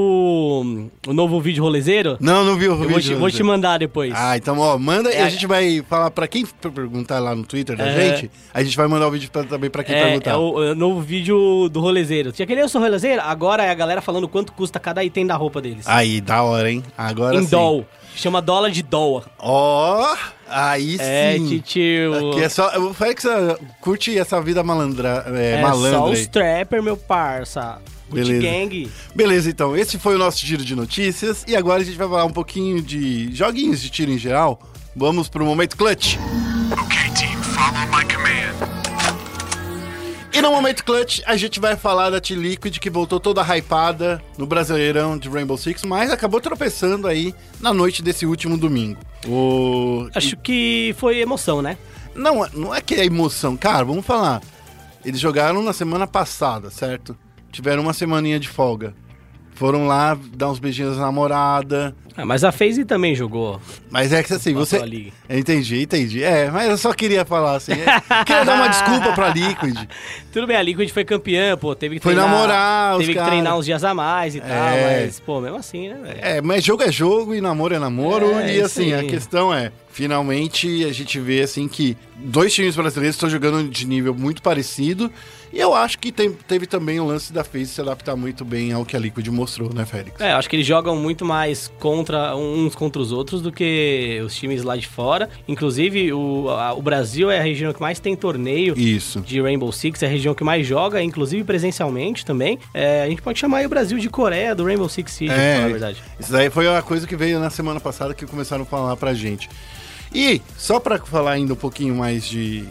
Speaker 2: novo, o novo vídeo rolezeiro?
Speaker 1: Não, não viu o
Speaker 2: Eu
Speaker 1: vídeo.
Speaker 2: vou te, vou te mandar depois.
Speaker 1: Ah, então, ó, manda e
Speaker 2: É.
Speaker 1: a gente vai falar pra quem per- perguntar lá no Twitter da
Speaker 2: É.
Speaker 1: gente. A gente vai mandar o vídeo pra- também pra quem
Speaker 2: é,
Speaker 1: perguntar.
Speaker 2: é o, é o novo vídeo do rolezeiro. Tinha aquele eu sou rolezeiro? Agora é a galera falando quanto custa cada item da roupa deles.
Speaker 1: Aí, da hora, hein? Ah, Agora
Speaker 2: em
Speaker 1: sim.
Speaker 2: doll. Chama dólar de doll.
Speaker 1: Ó, aí
Speaker 2: É,
Speaker 1: sim.
Speaker 2: titio.
Speaker 1: Aqui é só, o Félix ah, curte essa vida malandra, é,
Speaker 2: É só
Speaker 1: malandra. aí.
Speaker 2: os trapper, meu parça. Gucci
Speaker 1: Beleza.
Speaker 2: Gang.
Speaker 1: Beleza, então, esse foi o nosso giro de notícias. E agora a gente vai falar um pouquinho de joguinhos de tiro em geral. Vamos pro momento clutch.
Speaker 4: Okay, team, follow my command.
Speaker 1: E no momento clutch, a gente vai falar da T-Liquid, que voltou toda hypada no Brasileirão de Rainbow Six, mas acabou tropeçando aí na noite desse último domingo. O...
Speaker 2: Acho que foi emoção, né?
Speaker 1: Não, não é que é emoção, cara, vamos falar. Eles jogaram na semana passada, certo? Tiveram uma semaninha de folga. Foram lá dar uns beijinhos na namorada.
Speaker 2: Ah, mas a FaZe também jogou.
Speaker 1: Mas é que assim,
Speaker 2: Passou
Speaker 1: você.
Speaker 2: a liga.
Speaker 1: Entendi, entendi. É, mas eu só queria falar assim. é, queria dar uma desculpa pra Liquid.
Speaker 2: Tudo bem, a Liquid foi campeã, pô. Teve que
Speaker 1: Foi
Speaker 2: treinar.
Speaker 1: namorar os
Speaker 2: Teve que
Speaker 1: cara.
Speaker 2: treinar uns dias a mais e tal,
Speaker 1: É.
Speaker 2: mas, pô, mesmo assim, né, velho?
Speaker 1: É, mas jogo é jogo e namoro é namoro.
Speaker 2: É,
Speaker 1: e
Speaker 2: isso
Speaker 1: assim, a
Speaker 2: aí.
Speaker 1: questão é: Finalmente a gente vê assim que dois times brasileiros estão jogando de nível muito parecido. E eu acho que tem- teve também o lance da FaZe se adaptar muito bem ao que a Liquid mostrou, né, Félix?
Speaker 2: É, eu acho que eles jogam muito mais contra um, uns contra os outros do que os times lá de fora. Inclusive, o, a- o Brasil é a região que mais tem torneio
Speaker 1: Isso.
Speaker 2: de Rainbow Six, é a região que mais joga, inclusive presencialmente também. É, a gente pode chamar aí o Brasil de Coreia do Rainbow Six Siege, pra falar a verdade.
Speaker 1: É, Isso daí foi uma coisa que veio na semana passada que começaram a falar pra gente. E, só pra falar ainda um pouquinho mais de,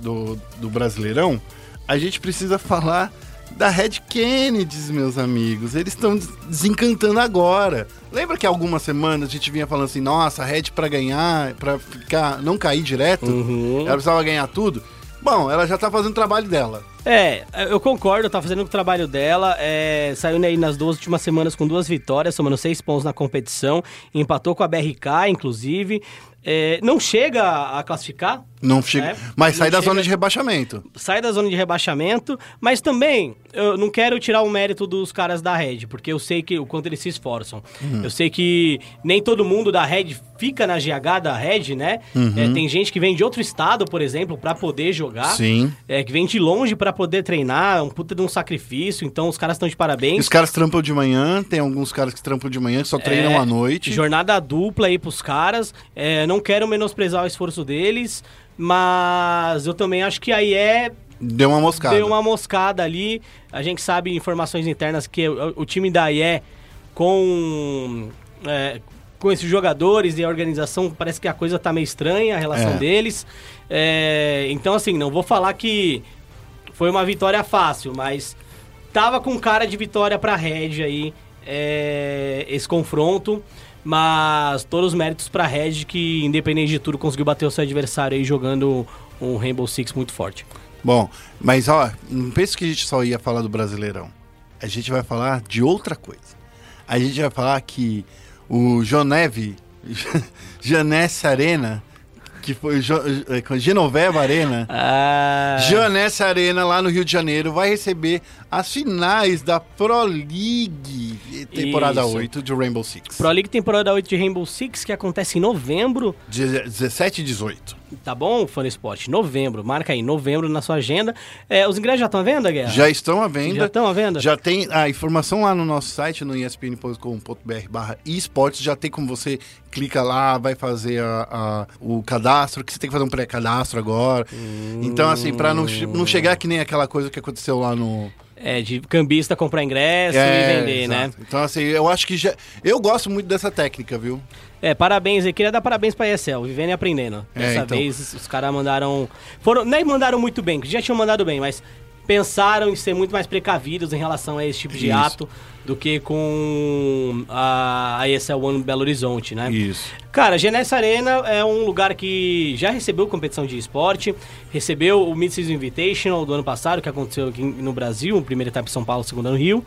Speaker 1: do, do Brasileirão, a gente precisa falar da Red Kennedys, meus amigos. Eles estão des- desencantando agora. Lembra que há algumas semanas a gente vinha falando assim, nossa, a Red pra ganhar, pra ficar, não cair direto,
Speaker 2: Uhum.
Speaker 1: ela precisava ganhar tudo? Bom, ela já tá fazendo o trabalho dela.
Speaker 2: É, eu concordo, tá fazendo o trabalho dela. é, saiu aí nas duas últimas semanas com duas vitórias, somando seis pontos na competição. Empatou com a BRK, inclusive. É, não chega a classificar,
Speaker 1: Não chega,
Speaker 2: É,
Speaker 1: mas
Speaker 2: não
Speaker 1: sai da
Speaker 2: chega-
Speaker 1: zona de rebaixamento.
Speaker 2: sai da zona de rebaixamento, mas também eu não quero tirar o mérito dos caras da Red, porque eu sei que o quanto eles se esforçam.
Speaker 1: Uhum.
Speaker 2: Eu sei que nem todo mundo da Red fica na GH da Red, né?
Speaker 1: Uhum.
Speaker 2: É, tem gente que vem de outro estado, por exemplo, pra poder jogar.
Speaker 1: Sim.
Speaker 2: É, que vem de longe pra poder treinar, é um puta de um sacrifício, então os caras estão de parabéns.
Speaker 1: Os caras trampam de manhã, tem alguns caras que trampam de manhã, que só treinam
Speaker 2: É,
Speaker 1: à noite.
Speaker 2: Jornada dupla aí pros caras. É, não quero menosprezar o esforço deles, mas eu também acho que aí é
Speaker 1: Deu uma moscada.
Speaker 2: Deu uma moscada ali. A gente sabe informações internas que o, o time da IE com. é, com esses jogadores e a organização, parece que a coisa tá meio estranha, a relação
Speaker 1: É.
Speaker 2: deles. É, então, assim, não vou falar que foi uma vitória fácil, mas tava com cara de vitória pra Red aí é, esse confronto. Mas todos os méritos pra Red, que independente de tudo, conseguiu bater o seu adversário aí jogando um Rainbow Six muito forte.
Speaker 1: Bom, mas ó, não pense que a gente só ia falar do Brasileirão. A gente vai falar de outra coisa. A gente vai falar que o Joneve, Janessa Arena, que foi Jo- eh, com Genoveva Arena,
Speaker 2: Ah,
Speaker 1: Janessa Arena lá no Rio de Janeiro vai receber as finais da Pro League temporada
Speaker 2: Isso.
Speaker 1: 8 de Rainbow Six.
Speaker 2: Pro League temporada 8 de Rainbow Six, que acontece em novembro,
Speaker 1: Deze- 17 e 18.
Speaker 2: tá bom, Fun Sport? Novembro, marca aí, novembro na sua agenda. É, os ingressos já estão à venda, Guerra?
Speaker 1: Já estão à venda.
Speaker 2: Já estão à venda?
Speaker 1: Já tem a informação lá no nosso site, no espn.com.br barra esportes, já tem como você clica lá, vai fazer a- a- o cadastro, que você tem que fazer um pré-cadastro agora.
Speaker 2: Hum.
Speaker 1: Então, assim, pra não, che- não chegar que nem aquela coisa que aconteceu lá no...
Speaker 2: É, de cambista comprar ingresso e É vender, né?
Speaker 1: exato. Então, assim, eu acho que já... Eu gosto muito dessa técnica, viu?
Speaker 2: É, parabéns aí. Queria dar parabéns pra ESL, vivendo e aprendendo.
Speaker 1: É,
Speaker 2: Dessa
Speaker 1: então.
Speaker 2: vez os caras mandaram. Foram, nem mandaram muito bem, que já tinham mandado bem, mas pensaram em ser muito mais precavidos em relação a esse tipo de
Speaker 1: Isso.
Speaker 2: ato do que com a, a ESL One Belo Horizonte, né?
Speaker 1: Isso.
Speaker 2: Cara, Genessa Arena é um lugar que já recebeu competição de esporte, recebeu o Mid-Season Invitational do ano passado, que aconteceu aqui no Brasil, primeira etapa em São Paulo, segunda no Rio.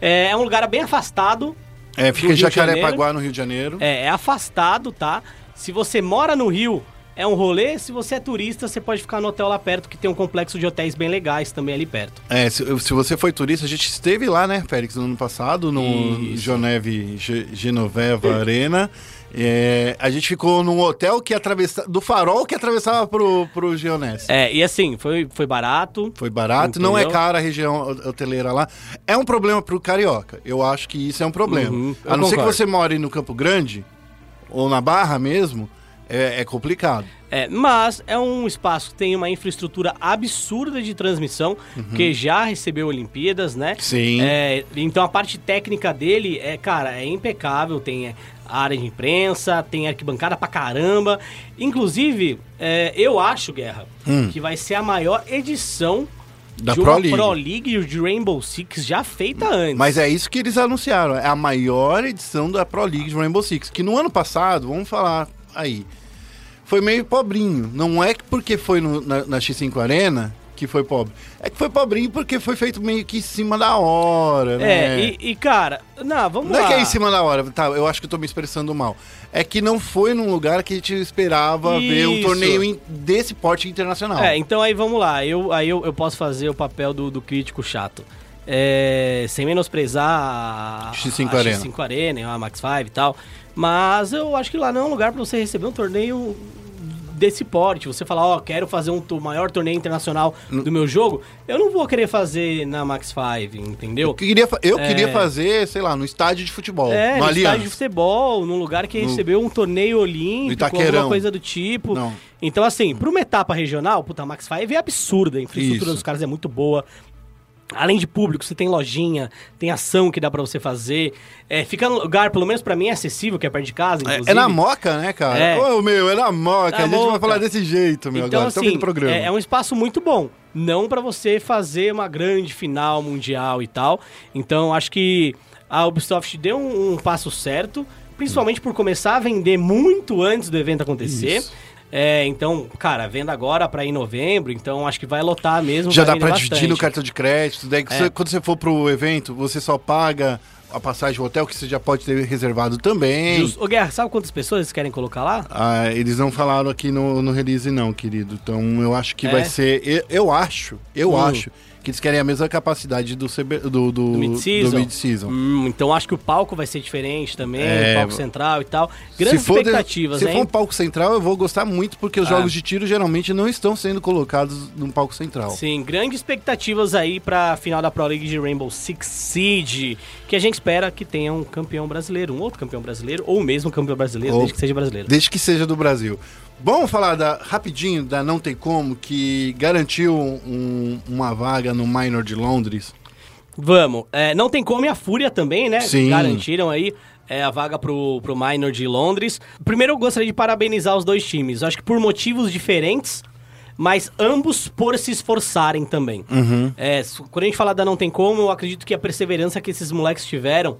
Speaker 2: É, é um lugar bem afastado.
Speaker 1: É,
Speaker 2: do
Speaker 1: fica
Speaker 2: Rio
Speaker 1: em
Speaker 2: de Janeiro.
Speaker 1: Jacarepaguá, no Rio de Janeiro.
Speaker 2: É, é afastado, tá? Se você mora no Rio, é um rolê. Se você é turista, você pode ficar no hotel lá perto, que tem um complexo de hotéis bem legais também ali perto.
Speaker 1: É, se, se você foi turista, a gente esteve lá, né, Félix, no ano passado, no
Speaker 2: Isso.
Speaker 1: Joneve Ge- Genoveva Arena. É, a gente ficou num hotel que atravessava. Do farol que atravessava pro, pro Geonese.
Speaker 2: É, e assim, foi, foi barato.
Speaker 1: Foi barato, não é
Speaker 2: Entendeu?
Speaker 1: cara a região ho- hoteleira lá. É um problema pro carioca. Eu acho que isso é um problema.
Speaker 2: Uhum, eu
Speaker 1: a não ser que
Speaker 2: concordo.
Speaker 1: você more no Campo Grande ou na Barra mesmo, é, é complicado.
Speaker 2: É, mas é um espaço que tem uma infraestrutura absurda de transmissão, que já recebeu Olimpíadas, né?
Speaker 1: Uhum. Sim.
Speaker 2: É, então a parte técnica dele é, cara, é impecável, tem é, área de imprensa, tem arquibancada pra caramba. Inclusive, é, eu acho, Guerra, que vai ser a maior edição
Speaker 1: Hum. Da
Speaker 2: de
Speaker 1: Pro
Speaker 2: uma
Speaker 1: League.
Speaker 2: Pro League de Rainbow Six já feita antes.
Speaker 1: Mas é isso que eles anunciaram. É a maior edição da Pro League de Rainbow Six. Que no ano passado, vamos falar aí, foi meio pobrinho. Não é que porque foi no- na, na X5 Arena que foi pobre. É que foi pobrinho porque foi feito meio que em cima da hora,
Speaker 2: É,
Speaker 1: né?
Speaker 2: e, e, cara, não, vamos
Speaker 1: Não
Speaker 2: lá.
Speaker 1: é que é em cima da hora, tá, eu acho que eu tô me expressando mal. É que não foi num lugar que a gente esperava ver um
Speaker 2: Isso.
Speaker 1: torneio in- desse porte internacional.
Speaker 2: É, então aí vamos lá. Eu, aí eu, eu posso fazer o papel do, do crítico chato. é, sem menosprezar a a
Speaker 1: X5
Speaker 2: a
Speaker 1: Arena.
Speaker 2: X5 Arena, a Max 5 e tal. Mas eu acho que lá não é um lugar para você receber um torneio desse porte. Você falar, ó, quero fazer um to- maior torneio internacional do meu jogo. Eu não vou querer fazer na Max 5, entendeu?
Speaker 1: Eu queria, fa- eu
Speaker 2: É.
Speaker 1: queria fazer, sei lá, no estádio de futebol.
Speaker 2: É,
Speaker 1: no
Speaker 2: no
Speaker 1: Allianz.
Speaker 2: estádio de futebol, num lugar que recebeu um torneio olímpico,
Speaker 1: Itaquerão.
Speaker 2: alguma coisa do tipo.
Speaker 1: Não.
Speaker 2: Então, assim, pra uma etapa regional, puta, a Max 5 é absurda. A infraestrutura
Speaker 1: Isso.
Speaker 2: dos caras é muito boa. Além de público, você tem lojinha, tem ação que dá pra você fazer. É, fica num lugar, pelo menos pra mim, acessível, que é perto de
Speaker 1: É-
Speaker 2: casa, inclusive.
Speaker 1: É na moca, né, cara?
Speaker 2: É.
Speaker 1: Ô, meu, é na moca.
Speaker 2: Na
Speaker 1: a gente vai
Speaker 2: moca.
Speaker 1: falar desse jeito, meu,
Speaker 2: Então,
Speaker 1: agora. Estamos
Speaker 2: assim,
Speaker 1: no programa.
Speaker 2: é, é um espaço muito bom. Não pra você fazer uma grande final mundial e tal. Então, acho que a Ubisoft deu um, um passo certo, principalmente por começar a vender muito antes do evento acontecer. É, então, cara, venda agora pra em novembro, então acho que vai lotar mesmo.
Speaker 1: Já
Speaker 2: vai
Speaker 1: dá pra
Speaker 2: vender
Speaker 1: dividir no
Speaker 2: bastante. É.
Speaker 1: cartão de crédito. Daí que você- quando você for pro evento, você só paga a passagem do hotel, que você já pode ter reservado também.
Speaker 2: Justo. Ô, Guerra, sabe quantas pessoas eles querem colocar lá?
Speaker 1: Ah, eles não falaram aqui no, no release, não, querido. Então eu acho que
Speaker 2: É?
Speaker 1: vai ser. Eu, eu acho, eu
Speaker 2: Hum.
Speaker 1: acho que eles querem a mesma capacidade do CB, do, do,
Speaker 2: Do mid-season?
Speaker 1: do mid-season.
Speaker 2: Hum, então acho que o palco vai ser diferente também,
Speaker 1: É,
Speaker 2: o palco central e tal. Grandes
Speaker 1: se for de-
Speaker 2: expectativas,
Speaker 1: Se
Speaker 2: hein?
Speaker 1: for um palco central, eu vou gostar muito, porque os
Speaker 2: Ah.
Speaker 1: jogos de tiro geralmente não estão sendo colocados num palco central.
Speaker 2: Sim, grandes expectativas aí pra final da Pro League de Rainbow Six Siege, que a gente espera que tenha um campeão brasileiro, um outro campeão brasileiro, ou mesmo campeão brasileiro,
Speaker 1: Ou-
Speaker 2: desde que seja brasileiro.
Speaker 1: Desde que seja do Brasil. Vamos falar da, rapidinho da Não Tem Como, que garantiu um- uma vaga no Minor de Londres.
Speaker 2: Vamos, é, não tem como e a Fúria também, né?
Speaker 1: Sim.
Speaker 2: Garantiram aí é, a vaga pro, pro Minor de Londres. Primeiro eu gostaria de parabenizar os dois times, Eu acho que por motivos diferentes, mas ambos por se esforçarem também. É, s- quando a gente fala da Não Tem Como, eu acredito que a perseverança que esses moleques tiveram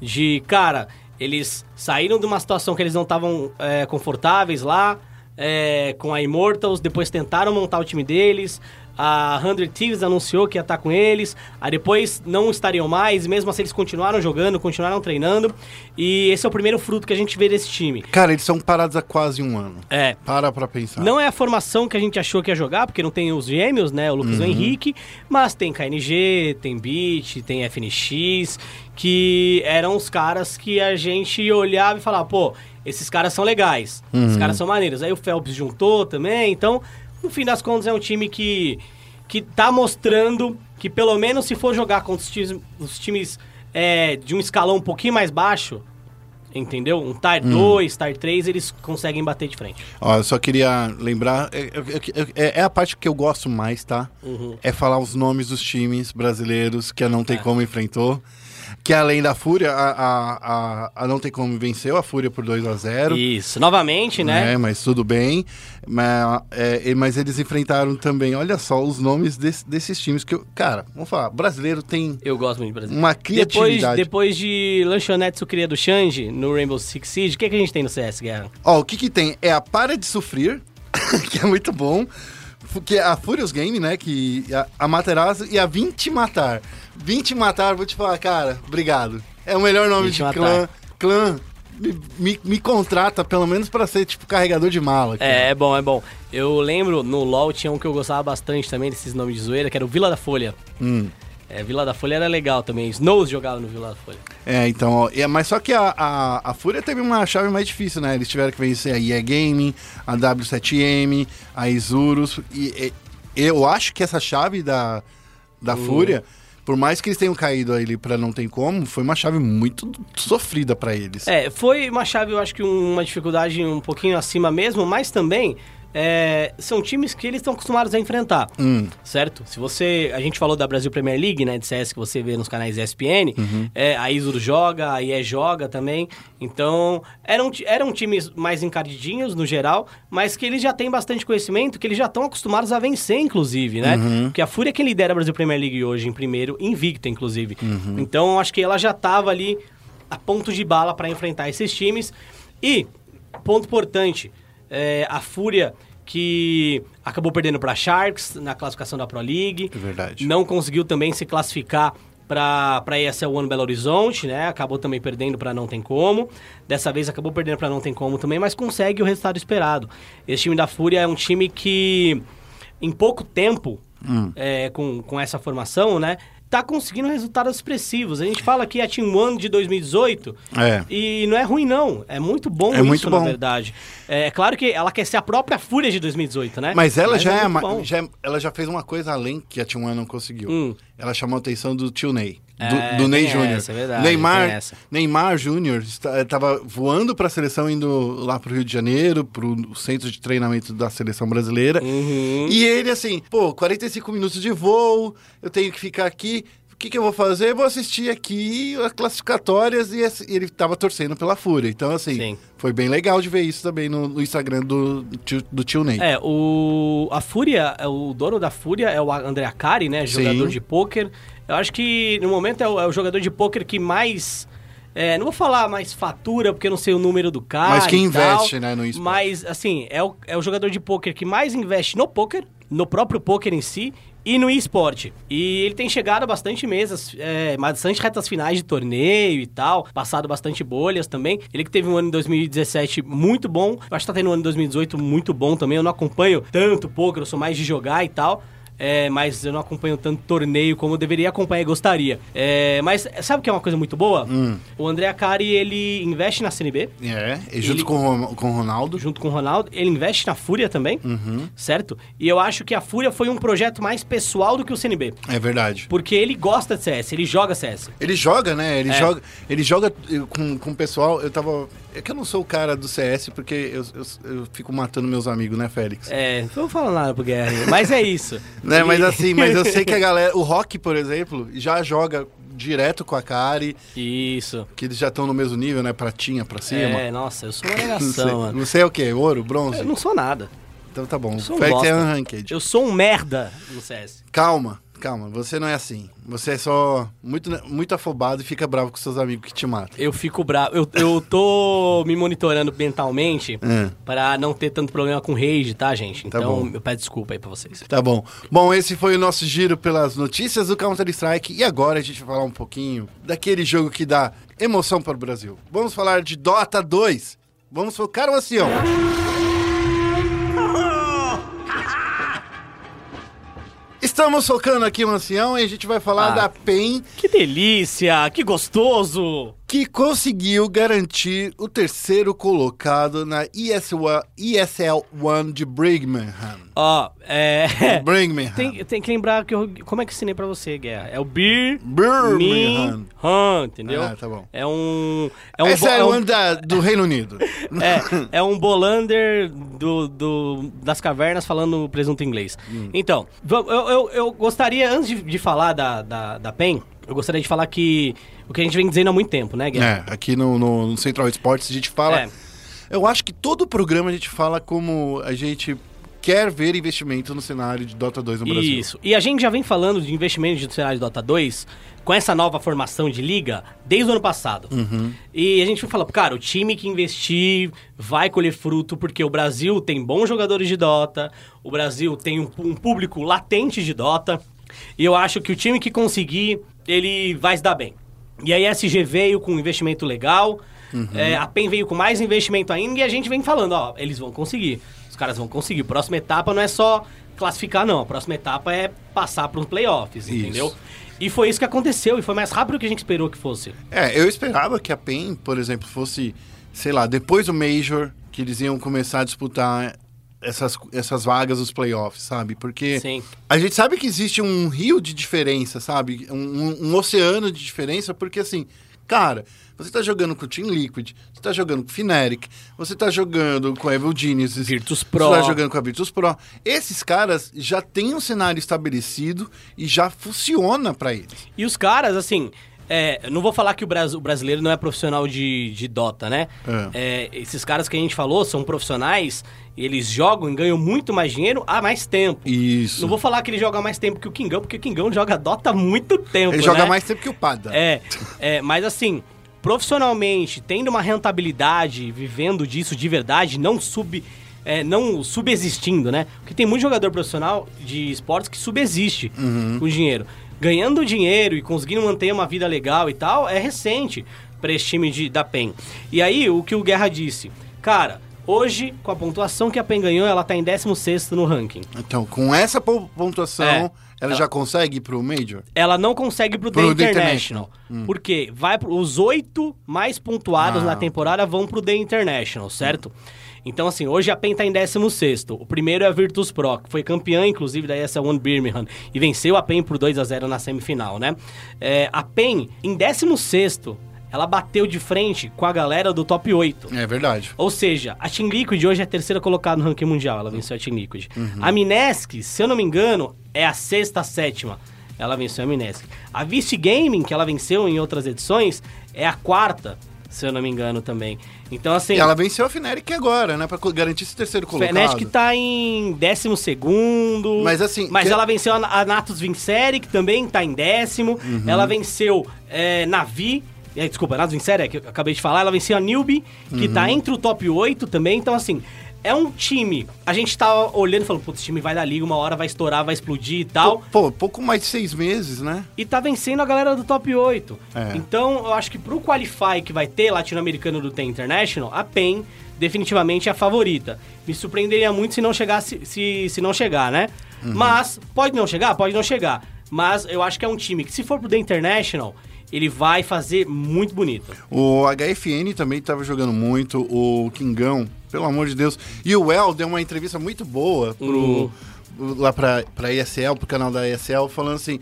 Speaker 2: de, cara, eles saíram de uma situação que eles não estavam é, confortáveis lá, é, com a Immortals, depois tentaram montar o time deles, a 100 Thieves anunciou que ia estar com eles, aí depois não estariam mais, mesmo assim eles continuaram jogando, continuaram treinando, e esse é o primeiro fruto que a gente vê desse time.
Speaker 1: Cara, eles são parados há quase um ano.
Speaker 2: É,
Speaker 1: Para pra pensar.
Speaker 2: não é a formação que a gente achou que ia jogar, porque não tem os gêmeos, né? O Lucas e o Henrique, mas tem KNG, tem Beat, tem FNX, que eram os caras que a gente olhava e falava, pô, esses caras são legais, esses caras são maneiros. Aí o Phelps juntou também, então, no fim das contas, é um time que, que tá mostrando que, pelo menos se for jogar contra os times, os times é, de um escalão um pouquinho mais baixo, entendeu? Um Tier 2, Tier 3, eles conseguem bater de frente.
Speaker 1: Ó, eu só queria lembrar. é- é- É, é a parte que eu gosto mais, tá?
Speaker 2: Uhum.
Speaker 1: É falar os nomes dos times brasileiros que a Não
Speaker 2: É.
Speaker 1: Tem Como enfrentou. Que além da Fúria, a, a, a, a Não Tem Como venceu a Fúria por 2 a 0
Speaker 2: Isso, novamente, né?
Speaker 1: É, mas tudo bem. Mas, é, e- mas eles enfrentaram também, olha só, os nomes desse- desses times que eu. Cara, vamos falar, brasileiro tem
Speaker 2: Eu gosto muito do Brasil.
Speaker 1: uma
Speaker 2: Depois,
Speaker 1: criatividade.
Speaker 2: depois de Lanchonete Sucria do Xande, no Rainbow Six Siege, o que, que a gente tem no CS, Guerra?
Speaker 1: Ó, o que que tem? É a Para de Sofrer, que é muito bom. fu- Que é a Furious Game, né? Que a, a Materazzo e a 20 Matar. 20 Matar, vou te falar, cara, obrigado. É o melhor nome
Speaker 2: 20
Speaker 1: de
Speaker 2: Matar.
Speaker 1: clã. Clã, me, me, me contrata pelo menos pra ser, tipo, carregador de mala. cara.
Speaker 2: É, é bom, é bom. Eu lembro, no LoL tinha um que eu gostava bastante também, desses nomes de zoeira, que era o Vila da Folha.
Speaker 1: Hum.
Speaker 2: É, Vila da Folha era legal também. Snows jogava no Vila da Folha.
Speaker 1: É, então, ó, e é- mas só que a, a, a Fúria teve uma chave mais difícil, né? Eles tiveram que vencer a EA Gaming, a W7M, a Isurus. E, e- eu acho que essa chave da, da Fúria, por mais que eles tenham caído ali pra não tem como, foi uma chave muito sofrida pra eles.
Speaker 2: É, foi uma chave, eu acho que um- uma dificuldade um pouquinho acima mesmo, mas também é, são times que eles estão acostumados a enfrentar, certo? Se você... A gente falou da Brasil Premier League, né, de CS, que você vê nos canais ESPN, é, a Isur joga, a IE joga também, então eram, ti- eram times mais encardidinhos no geral, mas que eles já têm bastante conhecimento, que eles já estão acostumados a vencer, inclusive, né? Porque a Fúria é quem lidera a Brasil Premier League hoje em primeiro, invicta, inclusive. Então, eu acho que ela já estava ali a ponto de bala para enfrentar esses times. E, ponto importante, é, a Fúria que acabou perdendo para Sharks na classificação da Pro League.
Speaker 1: É verdade.
Speaker 2: Não conseguiu também se classificar para a ESL One Belo Horizonte, né? Acabou também perdendo para Não Tem Como. Dessa vez acabou perdendo para Não Tem Como também, mas consegue o resultado esperado. Esse time da Fúria é um
Speaker 1: Hum.
Speaker 2: time que, em pouco tempo, é, com, com essa formação, né? está conseguindo resultados expressivos. A gente fala que a Team One de 2018
Speaker 1: É.
Speaker 2: e não é ruim, não. É muito bom
Speaker 1: É
Speaker 2: isso,
Speaker 1: muito
Speaker 2: na
Speaker 1: bom.
Speaker 2: verdade. É claro que ela quer ser a própria Fúria de 2018, né?
Speaker 1: Mas ela já, é
Speaker 2: muito
Speaker 1: ma-
Speaker 2: bom.
Speaker 1: já é- ela já fez uma coisa além que a Tijuana não conseguiu.
Speaker 2: Hum.
Speaker 1: Ela chamou a atenção do tio Ney. Do,
Speaker 2: É,
Speaker 1: do Ney
Speaker 2: tem
Speaker 1: Júnior.
Speaker 2: essa, é verdade,
Speaker 1: Neymar,
Speaker 2: tem essa.
Speaker 1: Neymar Júnior estava voando para a seleção, indo lá para o Rio de Janeiro, para o centro de treinamento da seleção brasileira.
Speaker 2: Uhum.
Speaker 1: E ele assim, pô, 45 minutos de voo, eu tenho que ficar aqui. O que, que eu vou fazer? Vou assistir aqui as classificatórias e assim, ele estava torcendo pela Fúria. Então, assim,
Speaker 2: Sim.
Speaker 1: foi bem legal de ver isso também no, no Instagram do tio, do tio Ney.
Speaker 2: É, o a Fúria, é, o dono da Fúria é o André Acari, né? Jogador
Speaker 1: Sim.
Speaker 2: de pôquer. Eu acho que no momento é o, é o jogador de pôquer que mais. é, não vou falar mais fatura, porque eu não sei o número do cara.
Speaker 1: Mas que
Speaker 2: e tal,
Speaker 1: investe, né, no esporte.
Speaker 2: Mas, assim, é o, é o jogador de pôquer que mais investe no pôquer, no próprio pôquer em si e no esporte. E ele tem chegado a bastante mesas, é, bastante retas finais de torneio e tal, passado bastante bolhas também. Ele que teve um ano em 2017 muito bom, eu acho que tá tendo um ano em 2018 muito bom também. Eu não acompanho tanto pôquer, eu sou mais de jogar e tal. É, mas eu não acompanho tanto torneio como eu deveria acompanhar e gostaria. É, mas sabe o que é uma coisa muito boa?
Speaker 1: Hum.
Speaker 2: O André Acari, ele investe na CNB.
Speaker 1: É, e junto
Speaker 2: Ele-
Speaker 1: com, o Ron- com o Ronaldo.
Speaker 2: junto com o Ronaldo. Ele investe na Fúria também,
Speaker 1: Uhum.
Speaker 2: certo? E eu acho que a Fúria foi um projeto mais pessoal do que o CNB.
Speaker 1: É verdade.
Speaker 2: Porque ele gosta de CS, ele joga CS.
Speaker 1: Ele joga, né? Ele
Speaker 2: É.
Speaker 1: joga, ele joga eh, com, com o pessoal. Eu tava. É que eu não sou o cara do CS, porque eu, eu, eu fico matando meus amigos, né, Félix?
Speaker 2: É, não vou falar nada pro Guerra, mas é isso.
Speaker 1: Né? Mas
Speaker 2: Ele-
Speaker 1: assim, mas eu sei que a galera. O Rock, por exemplo, já joga direto com a Kari,
Speaker 2: Isso.
Speaker 1: que eles já estão no mesmo nível, né? Pratinha pra cima.
Speaker 2: É, nossa, eu sou uma
Speaker 1: não, sei,
Speaker 2: negação, mano.
Speaker 1: não sei o que, ouro, bronze?
Speaker 2: Eu não sou nada.
Speaker 1: Então tá bom. O
Speaker 2: sou um
Speaker 1: Félix é
Speaker 2: bosta.
Speaker 1: unranked.
Speaker 2: Eu sou um merda no CS.
Speaker 1: Calma, calma, você não é assim. Você é só muito, muito afobado e fica bravo com seus amigos que te matam.
Speaker 2: Eu fico bravo. Eu, eu tô me monitorando mentalmente
Speaker 1: É.
Speaker 2: pra não ter tanto problema com rage, tá, gente?
Speaker 1: Tá
Speaker 2: Então,
Speaker 1: bom.
Speaker 2: eu peço desculpa aí pra vocês.
Speaker 1: Tá bom. Bom, esse foi o nosso giro pelas notícias do Counter-Strike. E agora a gente vai falar um pouquinho daquele jogo que dá emoção para o Brasil. Vamos falar de Dota 2. Vamos focar um assim, o ancião. Estamos focando aqui o ancião e a gente vai falar
Speaker 2: Ah.
Speaker 1: da PEN
Speaker 2: Que delícia, que gostoso!
Speaker 1: que conseguiu garantir o terceiro colocado na ESL, ESL One de Birmingham.
Speaker 2: Ó, é.
Speaker 1: Birmingham.
Speaker 2: Tem, tem que lembrar que eu. Como é que eu ensinei pra você, Guerra? É o Beer.
Speaker 1: Birmingham.
Speaker 2: entendeu?
Speaker 1: Ah, tá bom.
Speaker 2: É um. É um.
Speaker 1: Essa
Speaker 2: bo-
Speaker 1: é
Speaker 2: é
Speaker 1: a
Speaker 2: um-
Speaker 1: One da- do Reino Unido.
Speaker 2: é, é um bolander do, do- das cavernas falando presunto inglês.
Speaker 1: Hum.
Speaker 2: Então, va- eu, eu, eu gostaria, antes de, de falar da, da, da PEN, eu gostaria de falar que o que a gente vem dizendo há muito tempo, né, Guerra?
Speaker 1: É, aqui no, no- no Central Esportes a gente fala.
Speaker 2: É.
Speaker 1: Eu acho que todo programa a gente fala como a gente quer ver investimento no cenário de Dota 2 no Brasil.
Speaker 2: Isso. E a gente já vem falando de investimentos do cenário de Dota 2 com essa nova formação de liga desde o ano passado.
Speaker 1: Uhum.
Speaker 2: E a gente foi falando, cara, o time que investir vai colher fruto porque o Brasil tem bons jogadores de Dota, o Brasil tem um, um público latente de Dota. E eu acho que o time que conseguir, ele vai se dar bem. E a SG veio com um investimento legal, é, a PEN veio com mais investimento ainda e a gente vem falando, ó, eles vão conseguir. Os caras vão conseguir. Próxima etapa não é só classificar, não. A próxima etapa é passar para um playoffs,
Speaker 1: Isso.
Speaker 2: entendeu? E foi isso que aconteceu, e foi mais rápido do que a gente esperou que fosse.
Speaker 1: É, eu esperava que a PEN, por exemplo, fosse, sei lá, depois do Major, que eles iam começar a disputar essas, essas vagas dos playoffs, sabe? Porque
Speaker 2: Sim.
Speaker 1: a gente sabe que existe um rio de diferença, sabe? Um, um- um oceano de diferença, porque assim, cara, você tá jogando com o Team Liquid, você tá jogando com o Fnatic, você tá jogando com a Evil Geniuses,
Speaker 2: Virtus Pro.
Speaker 1: você tá jogando com a Virtus Pro. Esses caras já têm um cenário estabelecido e já funciona pra eles.
Speaker 2: E os caras, assim. é, eu não vou falar que o, bras- o brasileiro não é profissional de, de Dota, né? É, esses caras que a gente falou são profissionais, e eles jogam e ganham muito mais dinheiro há mais tempo.
Speaker 1: Isso.
Speaker 2: Não vou falar que ele joga mais tempo que o Kingão, porque o Kingão joga Dota há muito tempo.
Speaker 1: Ele joga
Speaker 2: né?
Speaker 1: mais tempo que o Pada.
Speaker 2: É, é, mas assim, profissionalmente, tendo uma rentabilidade, vivendo disso de verdade, não sub. é, não subexistindo, né? Porque tem muito jogador profissional de esportes que subexiste
Speaker 1: Uhum.
Speaker 2: com dinheiro. Ganhando dinheiro e conseguindo manter uma vida legal e tal, é recente para esse time de, da PEN. E aí, o que o Guerra disse? Cara, hoje, com a pontuação que a PEN ganhou, ela tá em 16 no ranking.
Speaker 1: Então, com essa po- pontuação,
Speaker 2: É.
Speaker 1: Ela, já consegue ir pro Major?
Speaker 2: Ela não consegue pro,
Speaker 1: Pro
Speaker 2: The,
Speaker 1: The
Speaker 2: International. Porque vai pro, os oito mais pontuados
Speaker 1: Ah.
Speaker 2: na temporada vão pro The International, certo? Então, assim, hoje a PEN tá em 16 O primeiro é a Virtus Pro, que foi campeã, inclusive, da ESL1 Birmingham. E venceu a PEN por 2 a 0 na semifinal, né? É, a PEN, em 16 ela bateu de frente com a galera do top 8.
Speaker 1: É verdade.
Speaker 2: Ou seja, a Team Liquid hoje é a terceira colocada no ranking mundial. Ela venceu a Team Liquid.
Speaker 1: Uhum.
Speaker 2: A Minesc, se eu não me engano, é a sexta, a sétima. Ela venceu a Minesc. A Vice Gaming, que ela venceu em outras edições, é a quarta, se eu não me engano também. Então, assim,
Speaker 1: E ela venceu a Fnatic agora, né? Pra co- garantir esse terceiro
Speaker 2: a
Speaker 1: colocado.
Speaker 2: Fnatic tá em décimo segundo.
Speaker 1: Mas, assim,
Speaker 2: Mas
Speaker 1: que-
Speaker 2: ela venceu a a Natus Vincere, que também tá em décimo.
Speaker 1: Uhum.
Speaker 2: Ela venceu é, Navi. é, Desculpa, Natus Vincere, é que eu acabei de falar. Ela venceu a Newbie, que
Speaker 1: Uhum.
Speaker 2: tá entre o top 8 também. Então, assim, é um time. A gente tá olhando e falando, putz, esse time vai da liga, uma hora vai estourar, vai explodir e tal.
Speaker 1: Pô, pô, pouco mais de seis meses, né?
Speaker 2: E tá vencendo a galera do top 8.
Speaker 1: É.
Speaker 2: Então, eu acho que pro Qualify que vai ter latino-americano do Ten International, a PEN definitivamente é a favorita. Me surpreenderia muito se não chegar, se, se, se não chegar né?
Speaker 1: Uhum.
Speaker 2: Mas, pode não chegar? Pode não chegar. Mas eu acho que é um time que, se for pro The International, ele vai fazer muito bonito.
Speaker 1: O HFN também tava jogando muito, o Kingão, pelo amor de Deus. E o El deu uma entrevista muito boa pro,
Speaker 2: Uhum.
Speaker 1: lá pra, pra ESL, pro canal da ESL, falando assim.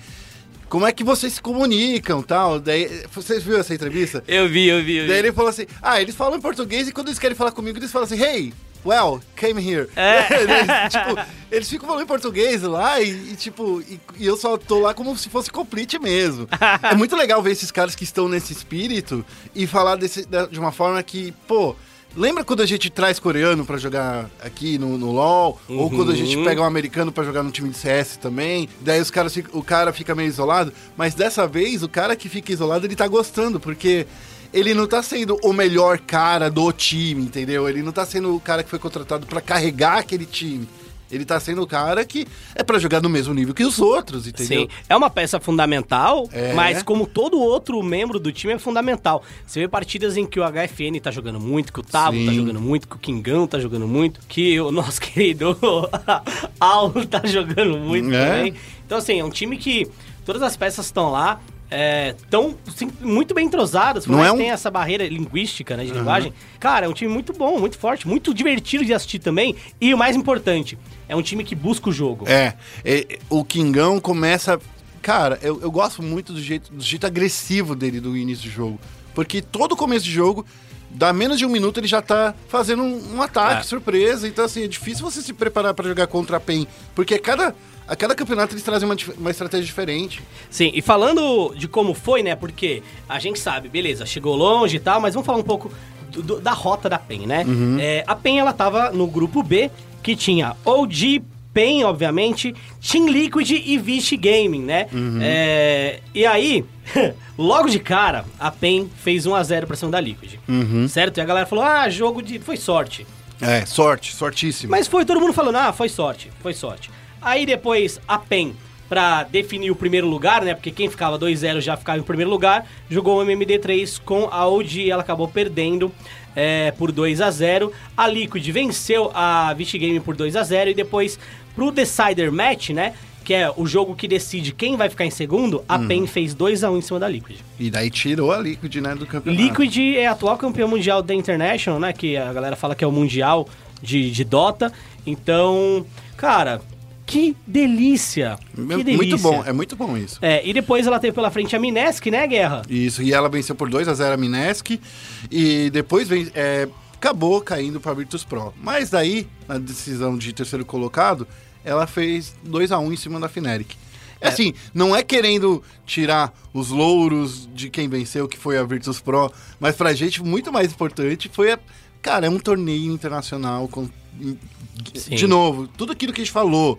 Speaker 1: Como é que vocês se comunicam tal? Daí, vocês viram essa entrevista?
Speaker 5: Eu vi, eu vi. Eu
Speaker 1: Daí
Speaker 5: vi.
Speaker 1: ele falou assim: Ah, eles falam em português e quando eles querem falar comigo, eles falam assim: Hey, well, came here. eles, tipo, eles ficam falando em português lá e, e, tipo, e, e eu só tô lá como se fosse complete mesmo. é muito legal ver esses caras que estão nesse espírito e falar desse- da- de uma forma que, pô. Lembra quando a gente traz coreano pra jogar aqui no, no LoL? Ou quando a gente pega um americano pra jogar no time de CS também? Daí os caras, ficam- o cara fica meio isolado, mas dessa vez o cara que fica isolado ele tá gostando, porque ele não tá sendo o melhor cara do time, entendeu? Ele não tá sendo o cara que foi contratado pra carregar aquele time. Ele tá sendo o cara que é pra jogar no mesmo nível que os outros, entendeu?
Speaker 2: Sim, é uma peça fundamental,
Speaker 1: É.
Speaker 2: mas como todo outro membro do time é fundamental. Você vê partidas em que o HFN tá jogando muito, que o Tavo tá
Speaker 1: Sim.
Speaker 2: jogando muito, que o Kingão tá jogando muito, que o nosso querido Al tá jogando muito
Speaker 1: É.
Speaker 2: também. Então, assim, é um time que todas as peças estão lá, estão muito bem entrosadas, por
Speaker 1: Não
Speaker 2: mais
Speaker 1: é
Speaker 2: que
Speaker 1: um- Uhum.
Speaker 2: tenha essa barreira linguística, né, de linguagem. Cara, é um time muito bom, muito forte, muito divertido de assistir também. E o mais importante, é um time que busca o jogo.
Speaker 1: É, é, o Kingão começa. Cara, eu, eu gosto muito do jeito, do jeito agressivo dele do início do jogo. Porque todo começo de jogo, dá menos de um minuto, ele já tá fazendo um, um ataque, surpresa. Então, assim, é difícil você se preparar pra jogar contra a PEN. Porque a cada, a cada campeonato eles trazem uma, dif- uma estratégia diferente.
Speaker 2: Sim, e falando de como foi, né? Porque a gente sabe, beleza, chegou longe e tal, mas vamos falar um pouco do- do- da rota da PEN, né? É, a PEN, ela tava no grupo B, que tinha OG, PEN, obviamente, Team Liquid e Vici Gaming, né? É, e aí, logo de cara, a PEN fez 1x0 pra cima da Liquid, certo? E a galera falou, ah, jogo de... foi sorte.
Speaker 1: É, sorte, sortíssimo.
Speaker 2: Mas foi todo mundo falando, ah, foi sorte, foi sorte. Aí depois a PEN, pra definir o primeiro lugar, né? Porque quem ficava 2-0 já ficava em primeiro lugar, jogou o MMD3 com a OG, ela acabou perdendo é, por 2 a 0 A Liquid venceu a Vichy Game por 2 a 0 e depois pro Decider Match, né? Que é o jogo que decide quem vai ficar em segundo, a PEN fez 2 a 1 em cima da Liquid.
Speaker 1: E daí tirou a Liquid, né, do campeonato.
Speaker 2: Liquid é atual campeão mundial da International, né? Que a galera fala que é o mundial de, de Dota. Então, cara, que delícia! Que delícia.
Speaker 1: Muito bom, é muito bom isso.
Speaker 2: É, e depois ela teve pela frente a Minesc, né, Guerra?
Speaker 1: Isso, e ela venceu por 2 a 0 a Minesk e depois ven- é, acabou caindo para Virtus Pro. Mas daí, na decisão de terceiro colocado, ela fez 2 a 1 em cima da Fnatic. Assim, não é querendo tirar os louros de quem venceu, que foi a Virtus Pro, mas pra gente muito mais importante foi a. Cara, é um torneio internacional. Com, de
Speaker 2: Sim.
Speaker 1: novo, tudo aquilo que a gente falou.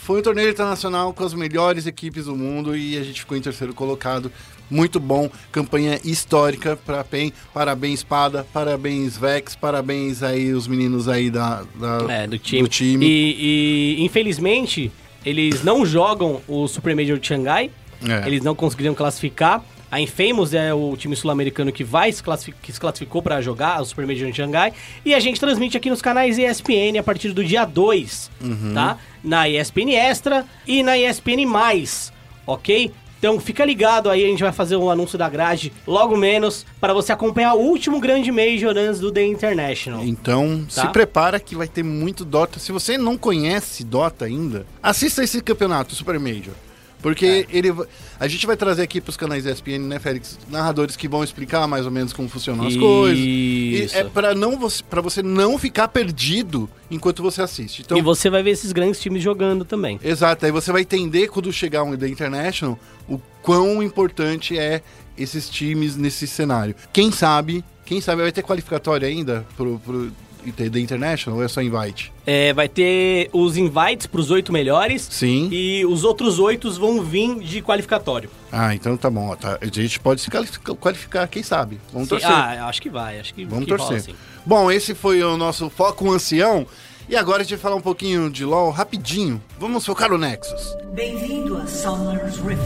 Speaker 1: Foi um torneio internacional com as melhores equipes do mundo e a gente ficou em terceiro colocado. Muito bom, campanha histórica para a PEN. Parabéns, Espada, parabéns, Vex, parabéns aí os meninos aí da, da-
Speaker 2: É, do time.
Speaker 1: do time.
Speaker 2: E, e, infelizmente, eles não jogam o Super Major de Xangai.
Speaker 1: É.
Speaker 2: Eles não conseguiram classificar. A Infamous é o time sul-americano que vai se classifi- que se classificou para jogar, o Super Major em Xangai. E a gente transmite aqui nos canais ESPN a partir do dia 2,
Speaker 1: Uhum.
Speaker 2: tá? Na ESPN Extra e na ESPN+, ok? Então fica ligado aí, a gente vai fazer um anúncio da grade logo menos para você acompanhar o último grande Major antes do The International.
Speaker 1: Então,
Speaker 2: Tá.
Speaker 1: se prepara que vai ter muito Dota. Se você não conhece Dota ainda, assista esse campeonato Super Major. Porque
Speaker 2: É.
Speaker 1: ele va- a gente vai trazer aqui para os canais ESPN, né, Félix, narradores que vão explicar mais ou menos como funcionam as
Speaker 2: Isso.
Speaker 1: coisas. E é para não você, para você não ficar perdido enquanto você assiste. Então,
Speaker 2: e você vai ver esses grandes times jogando também.
Speaker 1: Exato, aí você vai entender quando chegar um The International o quão importante é esses times nesse cenário. Quem sabe, quem sabe vai ter qualificatória ainda pro, pro The International ou é só invite?
Speaker 2: É, vai ter os invites para os oito melhores.
Speaker 1: Sim.
Speaker 2: E os outros oito vão vir de qualificatório.
Speaker 1: Ah, então tá bom, ó, tá. a gente pode se qualificar, qualificar, quem sabe. Vamos
Speaker 2: Sim,
Speaker 1: torcer.
Speaker 2: Ah, acho que vai, acho que
Speaker 1: Vamos
Speaker 2: que rola,
Speaker 1: torcer.
Speaker 2: sim.
Speaker 1: Bom, esse foi o nosso Foco Ancião. E agora a gente vai falar um pouquinho de LoL rapidinho. Vamos focar o Nexus.
Speaker 5: Bem-vindo a Summer's Rift.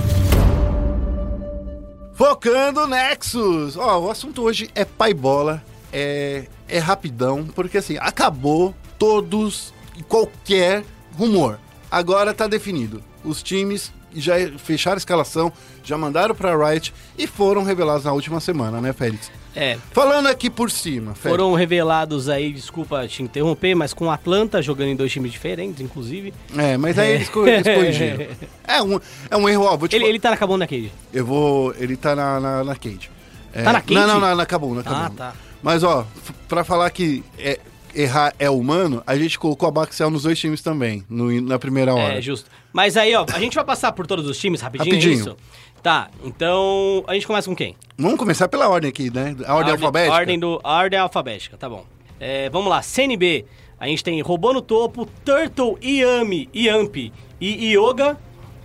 Speaker 1: Focando Nexus! Ó, o assunto hoje é pai bola, é, é rapidão, porque assim, acabou todos e qualquer rumor. Agora tá definido. Os times já fecharam a escalação, já mandaram pra Riot e foram revelados na última semana, né, Félix?
Speaker 2: É.
Speaker 1: Falando aqui por cima, Félix.
Speaker 2: Foram revelados aí, desculpa te interromper, mas com o Atlanta jogando em dois times diferentes, inclusive.
Speaker 1: É, mas aí eles, co- eles corrigiram. É um, é um erro, ó, vou te
Speaker 2: Ele,
Speaker 1: fa-
Speaker 2: ele tá acabando naquele.
Speaker 1: Eu vou. Ele tá na, na, na Cade. É,
Speaker 2: Tá na Cade?
Speaker 1: Não, não, não, na Kabum, na Kabum.
Speaker 2: Ah, tá.
Speaker 1: Mas, ó, f- pra falar que é- errar é humano, a gente colocou a Baxel nos dois times também, no- na primeira hora.
Speaker 2: É, justo. Mas aí, ó, a gente vai passar por todos os times rapidinho,
Speaker 1: Rapidinho.
Speaker 2: é isso? Tá, então a gente começa com quem?
Speaker 1: Vamos começar pela ordem aqui, né? A ordem, alfabética.
Speaker 2: Ordem do, a ordem alfabética, tá bom. É, vamos lá, CNB. A gente tem Robô no Topo, Turtle, Iami, Iamp e Yoga,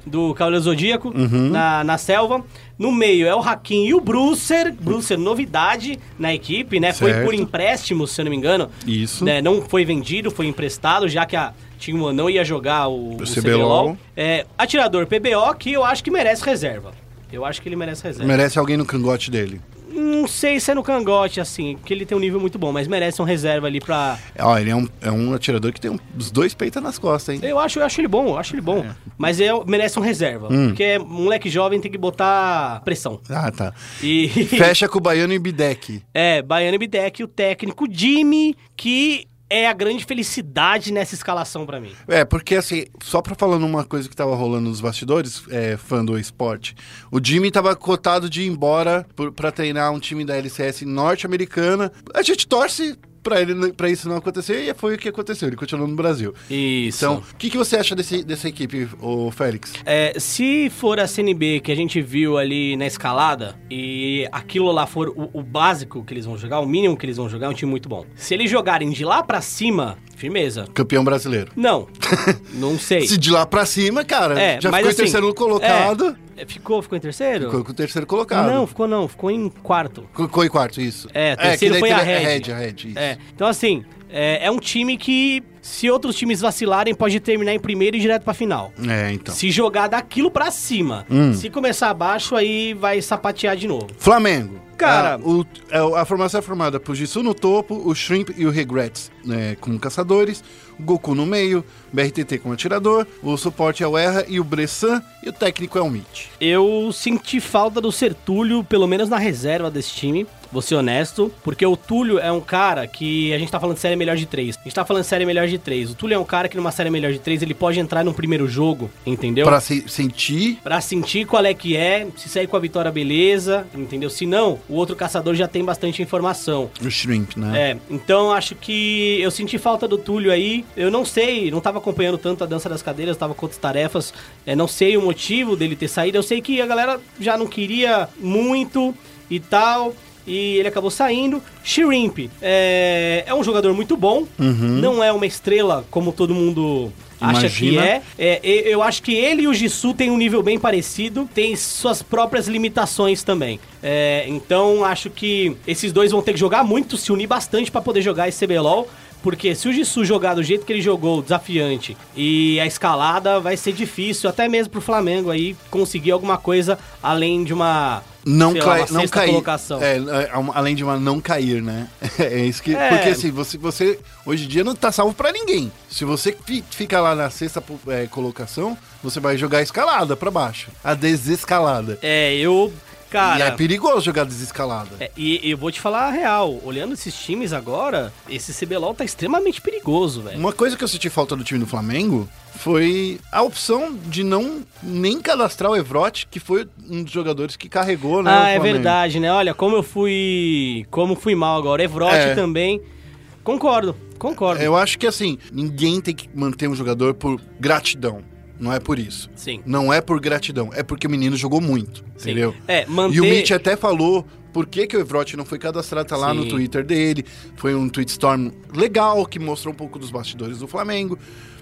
Speaker 2: do Cavaleiro Zodíaco,
Speaker 1: Uhum.
Speaker 2: na, na selva. No meio é o Hakim e o Brucer. Brucer, novidade na equipe, né? Foi
Speaker 1: Certo.
Speaker 2: por empréstimo, se eu não me engano.
Speaker 1: Isso.
Speaker 2: Né? Não foi vendido, foi emprestado, já que a Team One não ia jogar o, o
Speaker 1: CBLOL.
Speaker 2: CBLOL. É, atirador PBO, que eu acho que merece reserva. Eu acho que ele merece reserva.
Speaker 1: Merece alguém no cangote dele.
Speaker 2: Não sei se é no cangote, assim, porque ele tem um nível muito bom, mas merece um reserva ali pra.
Speaker 1: Ó, ele é um, é um atirador que tem um- os dois peitas nas costas, hein?
Speaker 2: Eu acho, eu acho ele bom, eu acho ele bom. Mas é, merece um reserva. Porque é moleque jovem tem que botar pressão.
Speaker 1: Ah, tá.
Speaker 2: E.
Speaker 1: Fecha com o baiano e Bidek.
Speaker 2: é, Baiano e Bidec, o técnico Jimmy, que é a grande felicidade nessa escalação pra mim.
Speaker 1: É, porque assim, só pra falando uma coisa que tava rolando nos bastidores, é, fã do esporte, o Jimmy tava cotado de ir embora por, pra treinar um time da LCS norte-americana. A gente torce pra, ele, pra isso não acontecer e foi o que aconteceu, ele continuou no Brasil.
Speaker 2: Isso.
Speaker 1: Então, o que, que você acha desse, dessa equipe, ô Félix?
Speaker 2: É, se for a CNB que a gente viu ali na escalada e aquilo lá for o, o básico que eles vão jogar, o mínimo que eles vão jogar, é um time muito bom. Se eles jogarem de lá pra cima, firmeza.
Speaker 1: Campeão brasileiro.
Speaker 2: Não, não sei.
Speaker 1: Se de lá pra cima, cara,
Speaker 2: É,
Speaker 1: já
Speaker 2: mas
Speaker 1: ficou em
Speaker 2: assim,
Speaker 1: terceiro colocado.
Speaker 2: é, ficou, ficou em terceiro?
Speaker 1: Ficou com o terceiro colocado.
Speaker 2: Não, ficou não, ficou em quarto.
Speaker 1: Ficou em quarto, isso.
Speaker 2: É,
Speaker 1: que
Speaker 2: terceiro
Speaker 1: daí
Speaker 2: foi a
Speaker 1: teve
Speaker 2: Red.
Speaker 1: Red, a Red, isso.
Speaker 2: É, então assim, é, é um time que se outros times vacilarem pode terminar em primeiro e ir direto pra final.
Speaker 1: É, então. Hum.
Speaker 2: Se jogar daquilo pra cima, se começar abaixo aí vai sapatear de novo.
Speaker 1: Flamengo.
Speaker 2: Cara-
Speaker 1: A, o- é, a formação é formada por Jisoo no topo, o Shrimp e o Regrets né, como caçadores, o Goku no meio, o BRTT como atirador, o suporte é o Erra e o Bressan, e o técnico é o Mitch.
Speaker 2: Eu senti falta do Sertúlio, pelo menos na reserva desse time. Vou ser honesto, porque o Túlio é um cara que a gente tá falando série melhor de três. A gente tá falando série melhor de três. O Túlio é um cara que numa série melhor de três ele pode entrar num primeiro jogo, entendeu?
Speaker 1: Pra se- sentir...
Speaker 2: Pra sentir qual é que é, se sair com a vitória, beleza, entendeu? Se não, o outro caçador já tem bastante informação.
Speaker 1: O Shrimp, né?
Speaker 2: É, então acho que eu senti falta do Túlio aí. Eu não sei, não tava acompanhando tanto a dança das cadeiras, tava com outras tarefas. É, não sei o motivo dele ter saído. Eu sei que a galera já não queria muito e tal. E ele acabou saindo. Shrimp é, é um jogador muito bom.
Speaker 1: Uhum.
Speaker 2: Não é uma estrela como todo mundo acha que
Speaker 1: Imagina.
Speaker 2: é. É, e- eu acho que ele e o Jisoo têm um nível bem parecido, têm suas próprias limitações também. É, então acho que esses dois vão ter que jogar muito, se unir bastante pra poder jogar esse CBLOL. Porque se o Jisoo jogar do jeito que ele jogou, desafiante, e a escalada vai ser difícil, até mesmo pro Flamengo aí conseguir alguma coisa além de uma
Speaker 1: não,
Speaker 2: sei lá,
Speaker 1: cai,
Speaker 2: uma
Speaker 1: não
Speaker 2: sexta
Speaker 1: cair.
Speaker 2: colocação.
Speaker 1: É, é, uma- além de uma não cair, né? É isso que.
Speaker 2: É.
Speaker 1: Porque assim, você, você hoje em dia não tá salvo pra ninguém. Se você fi- fica lá na sexta é, colocação, você vai jogar escalada pra baixo. A desescalada.
Speaker 2: É, eu. Cara.
Speaker 1: e é perigoso jogar desescalada.
Speaker 2: É, e e eu vou te falar a real, olhando esses times agora, esse CBLOL tá extremamente perigoso, velho.
Speaker 1: Uma coisa que eu senti falta do time do Flamengo foi a opção de não nem cadastrar o Evrote, que foi um dos jogadores que carregou, né? o
Speaker 2: Ah, é
Speaker 1: Flamengo.
Speaker 2: verdade, né? Olha, como eu fui. Como fui mal agora. Evrote
Speaker 1: É.
Speaker 2: também. Concordo, concordo.
Speaker 1: Eu acho que assim, ninguém tem que manter um jogador por gratidão. Não é por isso.
Speaker 2: Sim.
Speaker 1: Não é por gratidão, é porque o menino jogou muito,
Speaker 2: Sim.
Speaker 1: entendeu?
Speaker 2: É, manter-
Speaker 1: E o Mitch até falou por que, que o Evrote não foi cadastrado, tá lá
Speaker 2: Sim.
Speaker 1: no Twitter dele. Foi um tweet storm legal, que mostrou um pouco dos bastidores do Flamengo.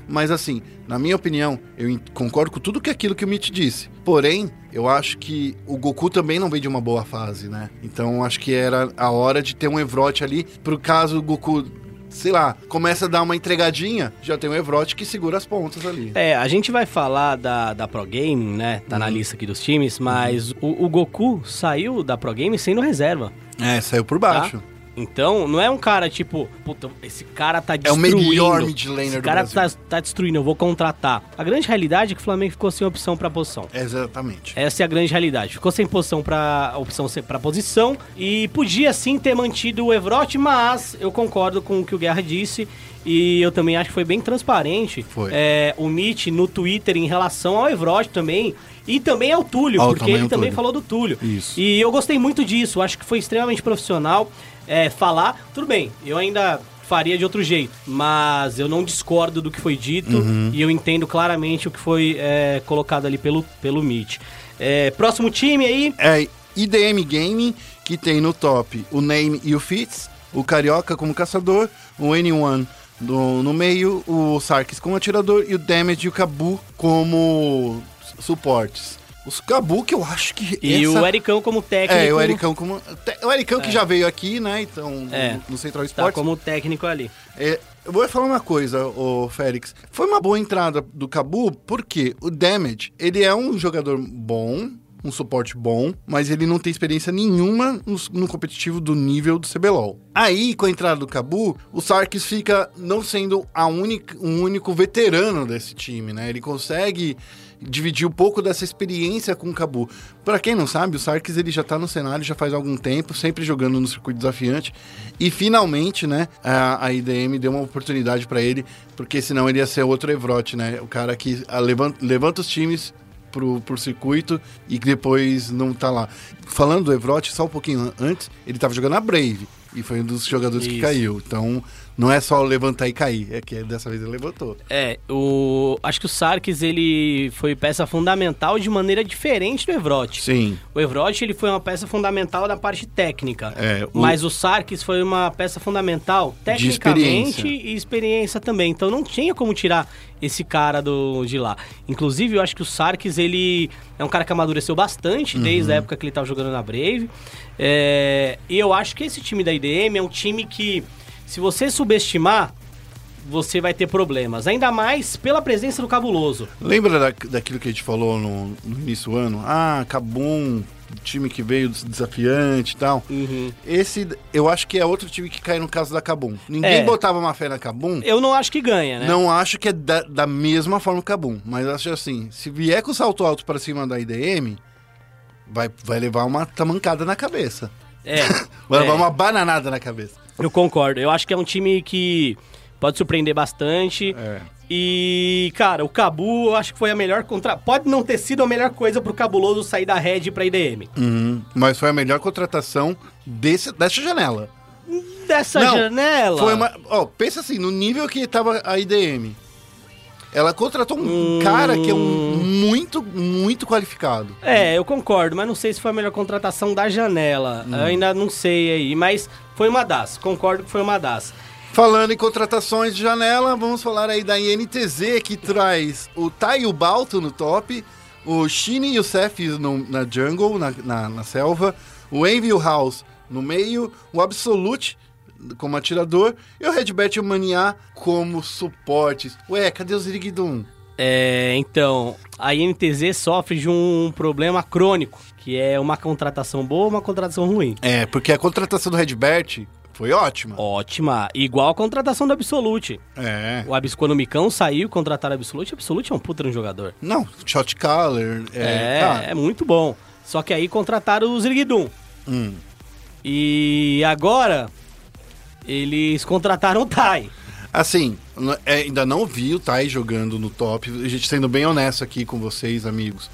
Speaker 1: Mas assim, na minha opinião, eu en- concordo com tudo que aquilo que o Mitch disse. Porém, eu acho que o Goku também não vem de uma boa fase, né? Então acho que era a hora de ter um Evrote ali, pro caso o Goku, sei lá, começa a dar uma entregadinha, já tem um Evrote que segura as pontas ali.
Speaker 2: É, a gente vai falar da, da Pro Game, né? Tá
Speaker 1: Uhum.
Speaker 2: na lista aqui dos times, mas o, o Goku saiu da Pro Game sendo reserva.
Speaker 1: É, saiu por
Speaker 2: tá?
Speaker 1: baixo.
Speaker 2: Então, não é um cara tipo, puta, esse cara tá
Speaker 1: É o
Speaker 2: destruindo.
Speaker 1: melhor mid laner
Speaker 2: Esse
Speaker 1: do
Speaker 2: cara tá,
Speaker 1: Brasil.
Speaker 2: tá destruindo, eu vou contratar. A grande realidade é que o Flamengo ficou sem opção pra posição.
Speaker 1: Exatamente.
Speaker 2: Essa é a grande realidade. Ficou sem posição para opção se- pra posição e podia sim ter mantido o Evrote, mas eu concordo com o que o Guerra disse e eu também acho que foi bem transparente
Speaker 1: Foi.
Speaker 2: é, o Mitch no Twitter em relação ao Evrote também e também ao Túlio,
Speaker 1: Ao-
Speaker 2: porque
Speaker 1: também
Speaker 2: ele
Speaker 1: ao
Speaker 2: também
Speaker 1: Túlio.
Speaker 2: falou do Túlio.
Speaker 1: Isso.
Speaker 2: E eu gostei muito disso, acho que foi extremamente profissional é, falar. Tudo bem, eu ainda faria de outro jeito, mas eu não discordo do que foi dito
Speaker 1: Uhum.
Speaker 2: e eu entendo claramente o que foi é, colocado ali pelo, pelo Meet. É, próximo time aí,
Speaker 1: é IDM Gaming, que tem no top o Name e o Fitz, o Carioca como caçador, o N1 do- no meio, o Sarkis como atirador e o Damage e o Cabu como su- suportes. Os Cabu que eu acho que...
Speaker 2: e
Speaker 1: essa-
Speaker 2: o Ericão como técnico.
Speaker 1: É, o Ericão como... te- O Ericão que já veio aqui, né? Então,
Speaker 2: É.
Speaker 1: no- no Central
Speaker 2: Tá
Speaker 1: Sports.
Speaker 2: como técnico ali.
Speaker 1: É, eu vou falar uma coisa, ô Félix. Foi uma boa entrada do Cabu, porque o Damage, ele é um jogador bom, um suporte bom, mas ele não tem experiência nenhuma no, no competitivo do nível do CBLOL. Aí, com a entrada do Cabu, o Sarkis fica não sendo a única, um único veterano desse time, né? Ele consegue dividir um pouco dessa experiência com o Cabu. Pra quem não sabe, o Sarkis ele já tá no cenário já faz algum tempo, sempre jogando no circuito desafiante. E finalmente, né, a, a IDM deu uma oportunidade pra ele, porque senão ele ia ser outro Evrote, né? O cara que ah, levan- levanta, os times pro, pro circuito e que depois não tá lá. Falando do Evrote, só um pouquinho an- antes, ele tava jogando a Brave. E foi um dos jogadores que
Speaker 2: Isso.
Speaker 1: caiu. Então, não é só levantar e cair. É que dessa vez ele levantou.
Speaker 2: É, o acho que o Sarkis ele foi peça fundamental de maneira diferente do Evrote.
Speaker 1: Sim.
Speaker 2: O Evrote ele foi uma peça fundamental na parte técnica,
Speaker 1: É, o-
Speaker 2: mas o Sarkis foi uma peça fundamental tecnicamente
Speaker 1: experiência.
Speaker 2: e experiência também. Então não tinha como tirar esse cara do de lá. Inclusive eu acho que o Sarkis ele é um cara que amadureceu bastante
Speaker 1: Uhum.
Speaker 2: desde a época que ele estava jogando na Brave. É, e eu acho que esse time da IDM é um time que se você subestimar você vai ter problemas, ainda mais pela presença do cabuloso.
Speaker 1: Lembra da- daquilo que a gente falou no, no início do ano? Ah, Cabum, time que veio des- desafiante e tal.
Speaker 2: Uhum.
Speaker 1: Esse, eu acho que é outro time que cai no caso da Cabum. Ninguém
Speaker 2: É.
Speaker 1: botava uma fé na Cabum.
Speaker 2: Eu não acho que ganha, né?
Speaker 1: Não acho que é da, da mesma forma que o Cabum. Mas acho assim, se vier com o salto alto pra cima da IDM, vai, vai levar uma tamancada na cabeça.
Speaker 2: É.
Speaker 1: Vai
Speaker 2: é.
Speaker 1: levar uma bananada na cabeça.
Speaker 2: Eu concordo. Eu acho que é um time que pode surpreender bastante.
Speaker 1: É.
Speaker 2: E, cara, o Cabu, eu acho que foi a melhor contra... Pode não ter sido a melhor coisa pro Cabuloso sair da Red e ir pra IDM.
Speaker 1: Uhum. Mas foi a melhor contratação desse, dessa janela.
Speaker 2: Dessa
Speaker 1: Não,
Speaker 2: janela...
Speaker 1: Foi uma. Ó, pensa assim, no nível que tava a IDM. Ela contratou um cara que é um muito, muito qualificado.
Speaker 2: É, eu concordo, mas não sei se foi a melhor contratação da janela.
Speaker 1: Hum.
Speaker 2: Eu ainda não sei aí, mas foi uma das. Concordo que foi uma das.
Speaker 1: Falando em contratações de janela, vamos falar aí da INTZ, que traz o Tai e o Balto no top, o Shine e o Seth no- na jungle, na, na, na selva, o Envy e o House no meio, o Absolute como atirador e o Redbert e o Maniá como suportes. Ué, cadê o Zirigdum?
Speaker 2: É, então, a INTZ sofre de um problema crônico, que é uma contratação boa uma contratação ruim.
Speaker 1: É, porque a contratação do Redbert foi ótima.
Speaker 2: Ótima, igual a contratação do Absolute.
Speaker 1: É.
Speaker 2: O Abis, quando o Micão saiu, contrataram o Absolute. O Absolute é um puta de um jogador.
Speaker 1: Não, shot caller.
Speaker 2: É,
Speaker 1: É, tá.
Speaker 2: é muito bom. Só que aí contrataram o Zirguidum.
Speaker 1: Hum.
Speaker 2: E agora, eles contrataram o Tai.
Speaker 1: Assim, n- é, ainda não vi o Tai jogando no top. A gente sendo bem honesto aqui com vocês, amigos.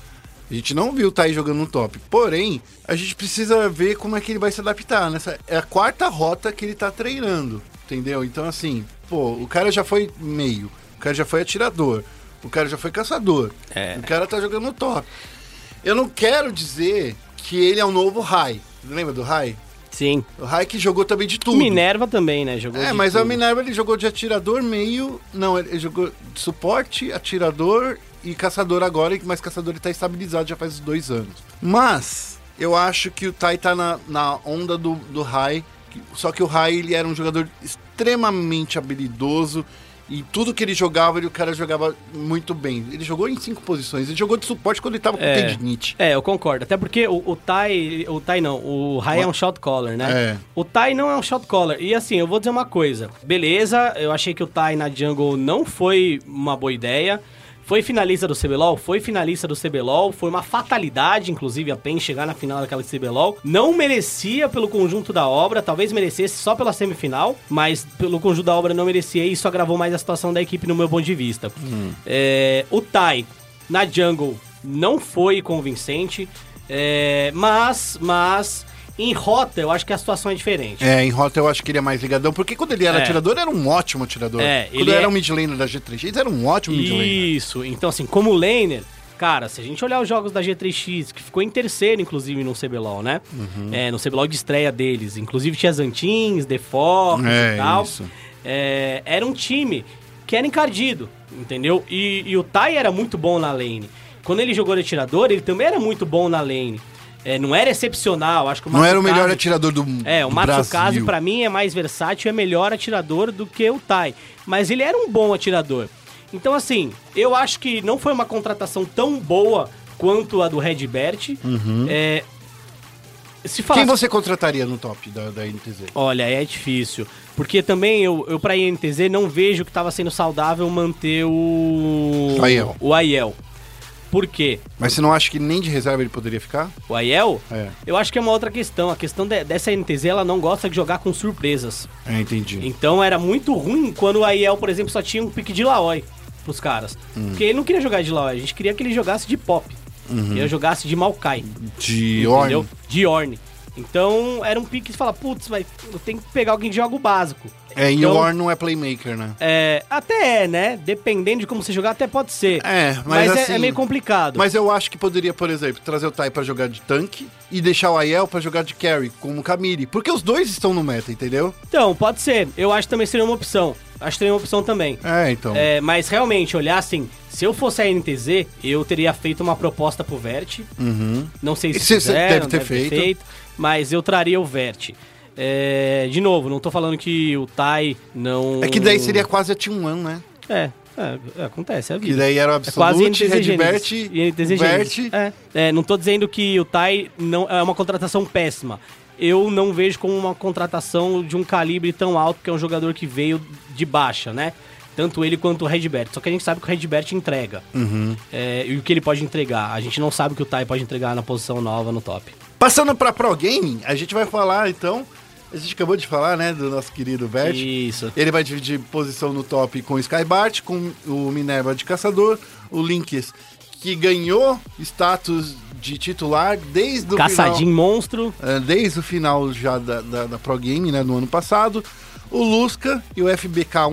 Speaker 1: A gente não viu o Tai jogando no top. Porém, a gente precisa ver como é que ele vai se adaptar. Nessa, é a quarta rota que ele tá treinando. Entendeu? Então, assim, pô, o cara já foi meio. O cara já foi atirador. O cara já foi caçador.
Speaker 2: É.
Speaker 1: O cara tá jogando no top. Eu não quero dizer que ele é o novo Rai. Lembra do Rai?
Speaker 2: Sim.
Speaker 1: O Rai que jogou também de tudo.
Speaker 2: Minerva também, né? Jogou
Speaker 1: É,
Speaker 2: de
Speaker 1: mas a
Speaker 2: tudo.
Speaker 1: Minerva ele jogou de atirador meio. Não, ele ele jogou de suporte, atirador e caçador agora, mas caçador ele tá estabilizado já faz dois anos. Mas eu acho que o Tai tá na, na onda do, do Rai. que- Só que o Rai ele era um jogador extremamente habilidoso. E tudo que ele jogava, ele, o cara jogava muito bem. Ele jogou em cinco posições. Ele jogou de suporte quando ele tava com
Speaker 2: É.
Speaker 1: tendinite.
Speaker 2: É, eu concordo. Até porque o, o Tai. O Tai não, o Rai é um shot caller, né?
Speaker 1: É.
Speaker 2: O Tai não é um shot caller. E assim, eu vou dizer uma coisa. Beleza, eu achei que o Tai na jungle não foi uma boa ideia. Foi finalista do CBLOL? Foi finalista do CBLOL. Foi uma fatalidade, inclusive, a PEN chegar na final daquela CBLOL. Não merecia pelo conjunto da obra, talvez merecesse só pela semifinal, mas pelo conjunto da obra não merecia e isso agravou mais a situação da equipe no meu ponto de vista. É, o Tai, na jungle, não foi convincente, é, mas, mas, em rota, eu acho que a situação é diferente.
Speaker 1: É, em rota eu acho que ele é mais ligadão, porque quando ele era
Speaker 2: É.
Speaker 1: atirador, era um ótimo atirador.
Speaker 2: É,
Speaker 1: quando
Speaker 2: ele
Speaker 1: era
Speaker 2: é-
Speaker 1: um mid laner da G3X, era um ótimo mid laner.
Speaker 2: Isso, então assim, como laner, cara, se a gente olhar os jogos da G3X, que ficou em terceiro, inclusive, no CBLOL, né?
Speaker 1: Uhum.
Speaker 2: É, no CBLOL de estreia deles, inclusive tinha Zantins, The Fox
Speaker 1: É,
Speaker 2: e tal.
Speaker 1: isso.
Speaker 2: É, era um time que era encardido, entendeu? E, e o Tai era muito bom na lane. Quando ele jogou de atirador, ele também era muito bom na lane. É, não era excepcional, acho que
Speaker 1: Não era o melhor
Speaker 2: Matsukaze-
Speaker 1: atirador do mundo.
Speaker 2: é, o
Speaker 1: do
Speaker 2: Matsukaze
Speaker 1: Brasil.
Speaker 2: pra mim é mais versátil, é melhor atirador do que o Tai. Mas ele era um bom atirador. Então, assim, eu acho que não foi uma contratação tão boa quanto a do Redbert. É, se falar
Speaker 1: Uhum. Quem você contrataria no top da, da NTZ?
Speaker 2: Olha, é difícil. Porque também eu, eu pra INTZ não vejo que tava sendo saudável manter o.
Speaker 1: O Aiel.
Speaker 2: O Aiel. Por quê?
Speaker 1: Mas você não acha que nem de reserva ele poderia ficar?
Speaker 2: O Aiel?
Speaker 1: É.
Speaker 2: Eu acho que é uma outra questão. A questão de- dessa NTZ, ela não gosta de jogar com surpresas.
Speaker 1: É, entendi.
Speaker 2: Então era muito ruim quando o Aiel, por exemplo, só tinha um pique de Laoi pros caras.
Speaker 1: Hum.
Speaker 2: Porque ele não queria jogar de Laoi, a gente queria que ele jogasse de pop. Que ele jogasse de Maokai.
Speaker 1: Uhum. De
Speaker 2: Entendeu?
Speaker 1: Orne.
Speaker 2: De Orne. Então era um pique que você fala, putz, vai, eu tenho que pegar alguém que joga o básico.
Speaker 1: É, e
Speaker 2: então,
Speaker 1: o Orne não é playmaker, né?
Speaker 2: é, até é, né? Dependendo de como você jogar, até pode ser.
Speaker 1: É, mas
Speaker 2: é- é,
Speaker 1: assim-
Speaker 2: meio complicado.
Speaker 1: Mas eu acho que poderia, por exemplo, trazer o Tai pra jogar de tanque e deixar o Aiel pra jogar de carry, como o Camille. Porque os dois estão no meta, entendeu?
Speaker 2: Então, pode ser. Eu acho que também seria uma opção. Acho que seria uma opção também.
Speaker 1: É, então.
Speaker 2: É, mas realmente, olhar assim, se eu fosse a NTZ, eu teria feito uma proposta pro Vert. Não sei se
Speaker 1: Isso Uhum. você deve
Speaker 2: fizeram,
Speaker 1: ter feito.
Speaker 2: mas eu traria o Vert. É, de novo, não tô falando que o Tai não.
Speaker 1: É que daí seria quase a Team One, né?
Speaker 2: É, é, é, acontece, é a
Speaker 1: Que
Speaker 2: vida.
Speaker 1: daí era o
Speaker 2: É quase
Speaker 1: Absolute,
Speaker 2: NTZ
Speaker 1: Redbert,
Speaker 2: Gênesis. E NTZ
Speaker 1: Bert,
Speaker 2: Gênesis. É. É, não tô dizendo que o Tai não é uma contratação péssima. Eu não vejo como uma contratação de um calibre tão alto, porque é um jogador que veio de baixa, né? Tanto ele quanto o Redbert. Só que a gente sabe que o Redbert entrega.
Speaker 1: Uhum.
Speaker 2: É, e o que ele pode entregar. A gente não sabe o que o Tai pode entregar na posição nova no top.
Speaker 1: Passando pra Pro Gaming, a gente vai falar então. A gente acabou de falar, né, do nosso querido Bert.
Speaker 2: Isso.
Speaker 1: Ele vai dividir posição no top com o Skybart, com o Minerva de caçador, o Links, que ganhou status de titular desde o
Speaker 2: Caçadinho monstro.
Speaker 1: final. eh, Desde o final já da, da, da Pro Game, né, no ano passado. O Lusca e o FBK1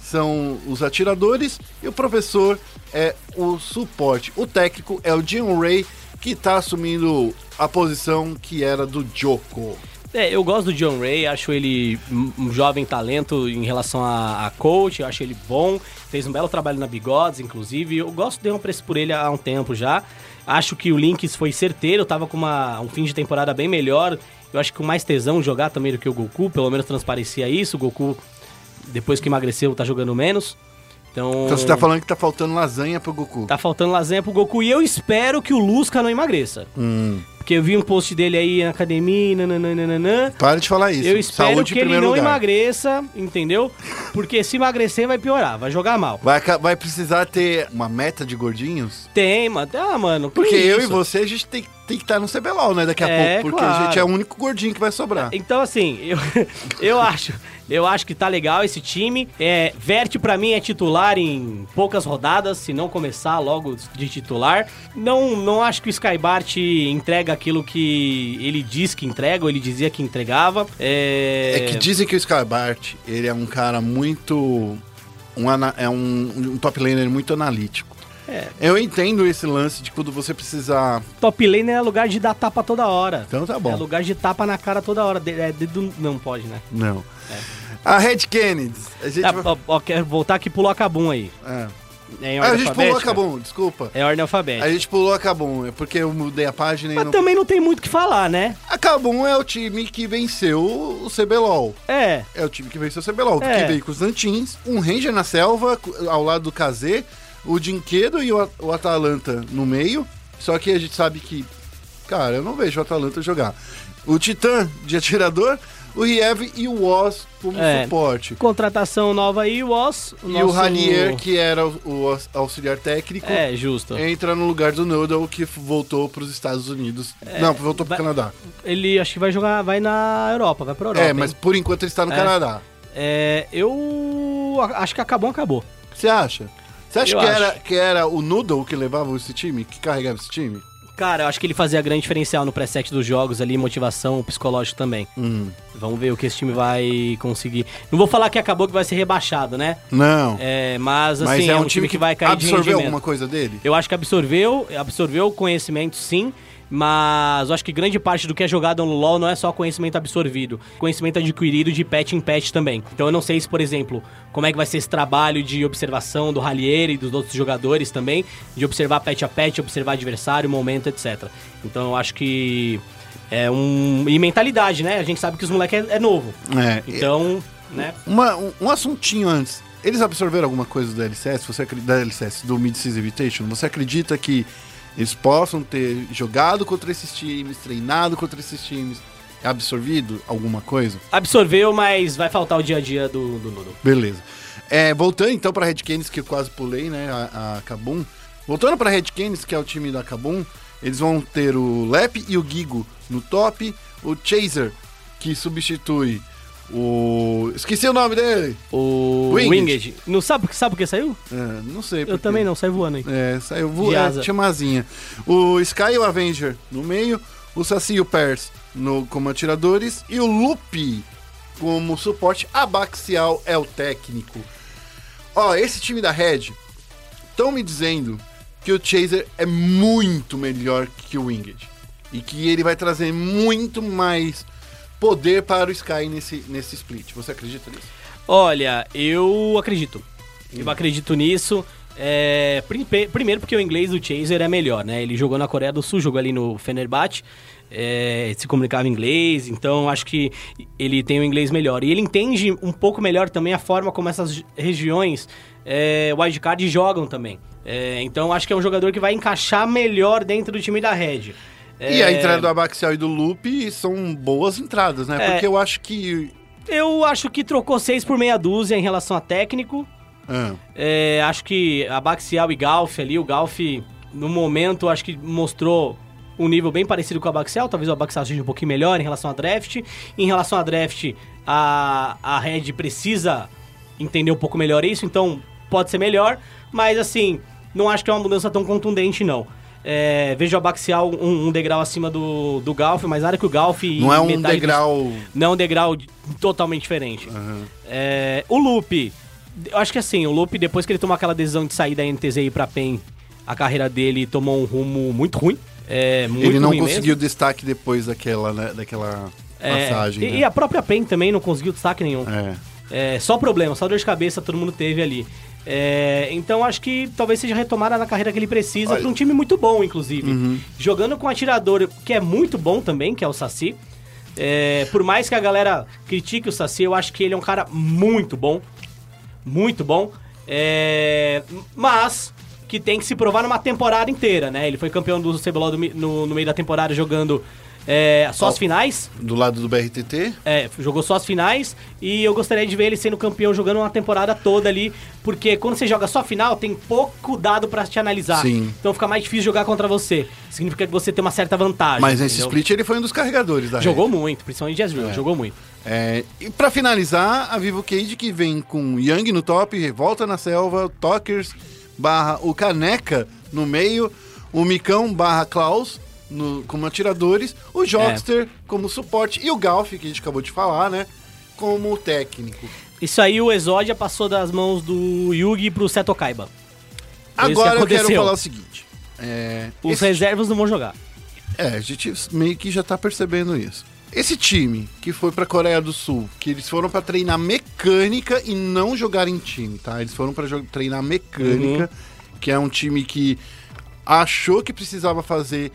Speaker 1: são os atiradores e o professor é o suporte. O técnico é o Jim Ray, que tá assumindo a posição que era do Joko.
Speaker 2: É, eu gosto do John Ray, acho ele um um jovem talento em relação a, a coach, eu acho ele bom, fez um belo trabalho na Bigodes, inclusive. Eu gosto de um preço por ele há um tempo já. Acho que o Links foi certeiro, tava com uma- um fim de temporada bem melhor. Eu acho que com mais tesão jogar também do que o Goku, pelo menos transparecia isso. O Goku, depois que emagreceu, tá jogando menos. Então,
Speaker 1: Então você tá falando que tá faltando lasanha pro Goku.
Speaker 2: tá faltando lasanha pro Goku e eu espero que o Lusca não emagreça.
Speaker 1: Hum,
Speaker 2: Porque eu vi um post dele aí na academia, nananana.
Speaker 1: para de falar isso.
Speaker 2: Eu espero
Speaker 1: Saúde
Speaker 2: que
Speaker 1: em
Speaker 2: ele
Speaker 1: primeiro
Speaker 2: não
Speaker 1: lugar.
Speaker 2: emagreça, entendeu? Porque se emagrecer vai piorar, vai jogar mal.
Speaker 1: Vai, aca- vai precisar ter uma meta de gordinhos?
Speaker 2: Tem, mano. Ah, mano. que
Speaker 1: Porque eu e
Speaker 2: isso?
Speaker 1: você, a gente tem, tem que estar no CBLOL, né? Daqui a
Speaker 2: É,
Speaker 1: pouco. Porque
Speaker 2: claro.
Speaker 1: a gente é o único gordinho que vai sobrar.
Speaker 2: Então, assim, eu, eu acho. Eu acho que tá legal esse time. É, Verte, pra mim, é titular em poucas rodadas, se não começar logo de titular. Não, não acho que o Skybart entrega aquilo que ele diz que entrega, ou ele dizia que entregava. É,
Speaker 1: É que dizem que o Skybart, ele é um cara muito. Um, ana- é um, um top laner muito analítico.
Speaker 2: É.
Speaker 1: Eu entendo esse lance de quando você precisar.
Speaker 2: Top lane é lugar de dar tapa toda hora.
Speaker 1: Então tá
Speaker 2: É
Speaker 1: bom.
Speaker 2: lugar de tapa na cara toda hora. De- é dedo- não pode, né?
Speaker 1: Não.
Speaker 2: É.
Speaker 1: A Red Kennedy. A gente.
Speaker 2: Ah,
Speaker 1: vai-
Speaker 2: ó, ó, quero voltar que pulou a Kabum aí.
Speaker 1: é.
Speaker 2: É em
Speaker 1: tipo- Ah,
Speaker 2: ordem
Speaker 1: a gente pulou a
Speaker 2: alfabética?
Speaker 1: Kabum, desculpa.
Speaker 2: É ordem alfabética.
Speaker 1: A gente pulou a Kabum, é porque eu mudei a página e
Speaker 2: Mas
Speaker 1: não.
Speaker 2: também não tem muito o que falar, né?
Speaker 1: A Kabum é o time que venceu o CBLOL.
Speaker 2: É.
Speaker 1: É o time que venceu o CBLOL,
Speaker 2: É.
Speaker 1: que veio com os Nantins, um Ranger na selva, cu- ao lado do KZ, o Dinquedo e o, A- o Atalanta no meio. Só que a gente sabe que, cara, eu não vejo o Atalanta jogar. O Titã de atirador, o Riev e o Oz como
Speaker 2: É.
Speaker 1: suporte.
Speaker 2: Contratação nova aí, o Oz.
Speaker 1: E o
Speaker 2: nosso-
Speaker 1: Ranier, que era o, o aux- auxiliar técnico,
Speaker 2: É, justo.
Speaker 1: entra no lugar do Noodle, que f- voltou para os Estados Unidos.
Speaker 2: É.
Speaker 1: não, voltou para o
Speaker 2: vai-
Speaker 1: Canadá.
Speaker 2: Ele acho que vai jogar, vai na Europa, vai pra Europa.
Speaker 1: é,
Speaker 2: hein?
Speaker 1: mas por enquanto ele está no
Speaker 2: É.
Speaker 1: Canadá.
Speaker 2: É, eu a- acho que acabou, acabou.
Speaker 1: Você acha? Você acha
Speaker 2: Eu
Speaker 1: que era,
Speaker 2: acho.
Speaker 1: que era o Noodle que levava esse time? Que carregava esse time?
Speaker 2: Cara, eu acho que ele fazia grande diferencial no preset dos jogos ali, motivação, psicológico também.
Speaker 1: Hum.
Speaker 2: Vamos ver o que esse time vai conseguir. Não vou falar que acabou que vai ser rebaixado, né?
Speaker 1: Não.
Speaker 2: É, mas assim,
Speaker 1: Mas é um time, que,
Speaker 2: vai cair de
Speaker 1: absorveu
Speaker 2: rendimento.
Speaker 1: alguma coisa dele?
Speaker 2: Eu acho que absorveu, absorveu o conhecimento, sim. Mas eu acho que grande parte do que é jogado no LoL não é só conhecimento absorvido, conhecimento adquirido de patch em patch também. Então eu não sei se, por exemplo, como é que vai ser esse trabalho de observação do Ralier e dos outros jogadores também, de observar patch a patch, observar adversário, momento, etc. Então eu acho que é um e mentalidade, né? A gente sabe que os moleques é, é novo.
Speaker 1: É.
Speaker 2: Então, né?
Speaker 1: Uma- um, um assuntinho antes. Eles absorveram alguma coisa do LCS? Você acri- da LCS, do Mid-Season Invitation? Você acredita que eles possam ter jogado contra esses times, treinado contra esses times, absorvido alguma coisa?
Speaker 2: Absorveu, mas vai faltar o dia a dia do, do Nudo.
Speaker 1: Beleza. É, voltando então pra Red Canes, que eu quase pulei, né? A, a Kabum. Voltando pra Red Canes, que é o time da Kabum, eles vão ter o Lep e o Gigo no top. O Chaser, que substitui o. Esqueci o nome dele!
Speaker 2: O
Speaker 1: Winged.
Speaker 2: Winged. Não sabe, sabe por que saiu?
Speaker 1: É, não sei.
Speaker 2: Eu também não, sai voando aí.
Speaker 1: É, saiu vo-
Speaker 2: De
Speaker 1: é,
Speaker 2: asa.
Speaker 1: tinha uma asinha. O Sky e o Avenger no meio. O Saci e o Pers no, como atiradores. E o Lupe como suporte abaxial é o técnico. Ó, esse time da Red estão me dizendo que o Chaser é muito melhor que o Winged. E que ele vai trazer muito mais poder para o Sky nesse, nesse split. Você acredita nisso?
Speaker 2: Olha, eu acredito. Eu acredito nisso. É, prime- primeiro porque o inglês do Chaser é melhor, né? Ele jogou na Coreia do Sul, jogou ali no Fenerbahçe, é, se comunicava em inglês, então acho que ele tem o inglês melhor. E ele entende um pouco melhor também a forma como essas regiões é, wildcard jogam também. É, então acho que é um jogador que vai encaixar melhor dentro do time da Red.
Speaker 1: E a
Speaker 2: É,
Speaker 1: entrada do Abaxial e do Lupe são boas entradas, né?
Speaker 2: É.
Speaker 1: Porque eu acho que.
Speaker 2: Eu acho que trocou seis por meia dúzia em relação a técnico.
Speaker 1: Ah.
Speaker 2: É, acho que a Baxial e Galf ali, o Galf, no momento, acho que mostrou um nível bem parecido com a Baxial. Talvez o Baxial seja um pouquinho melhor em relação a draft. Em relação a draft, a, a Red precisa entender um pouco melhor isso, então pode ser melhor. Mas assim, não acho que é uma mudança tão contundente, não. É, vejo a Baxial um, um degrau acima do, do Galf, mas nada que o Galf. e
Speaker 1: Não é um
Speaker 2: metade dos-
Speaker 1: degrau.
Speaker 2: não é um degrau de- totalmente diferente. É, o Lupe, eu acho que assim, o Lupe, depois que ele tomou aquela decisão de sair da NTZ e ir pra PEN, a carreira dele tomou um rumo muito ruim. É, muito
Speaker 1: ele não
Speaker 2: ruim mesmo.
Speaker 1: conseguiu destaque depois daquela, né, daquela
Speaker 2: É,
Speaker 1: passagem.
Speaker 2: e,
Speaker 1: né?
Speaker 2: e a própria PEN também não conseguiu destaque nenhum.
Speaker 1: É.
Speaker 2: É, só problema, só dor de cabeça todo mundo teve ali. É, então acho que talvez seja retomada na carreira que ele precisa
Speaker 1: Olha- Uhum.
Speaker 2: pra um time muito bom, inclusive. Jogando com um atirador que é muito bom também, que é o Saci. É, por mais que a galera critique o Saci, eu acho que ele é um cara muito bom. Muito bom. É, mas que tem que se provar numa temporada inteira, né? Ele foi campeão do CBLOL do mi- no, no meio da temporada jogando é, só as
Speaker 1: Qual?
Speaker 2: finais.
Speaker 1: Do lado do BRTT,
Speaker 2: É, jogou só as finais e eu gostaria de ver ele sendo campeão jogando uma temporada toda ali, porque quando você joga só a final, tem pouco dado pra te analisar.
Speaker 1: Sim.
Speaker 2: Então fica mais difícil jogar contra você. Significa que você tem uma certa vantagem.
Speaker 1: mas nesse
Speaker 2: entendeu?
Speaker 1: split ele foi um dos carregadores da
Speaker 2: Jogou muito, principalmente Jazreel, jogou muito.
Speaker 1: É, e pra finalizar, a Vivo Cage que vem com Yang no top, Revolta na Selva, Tokers barra o Caneca no meio, o Micão barra Klaus no- como atiradores,
Speaker 2: É.
Speaker 1: o Jogster como suporte e o Galf, que a gente acabou de falar, né? Como técnico.
Speaker 2: Isso aí, o Exódia passou das mãos do Yugi pro Seto Kaiba. Foi isso que
Speaker 1: Agora eu quero
Speaker 2: aconteceu.
Speaker 1: falar o seguinte. É,
Speaker 2: Os
Speaker 1: esse-
Speaker 2: reservas não vão jogar.
Speaker 1: É, a gente meio que já tá percebendo isso. Esse time que foi pra Coreia do Sul, que eles foram pra treinar mecânica e não jogar em time, tá? Eles foram para treinar mecânica,
Speaker 2: Uhum.
Speaker 1: que é um time que achou que precisava fazer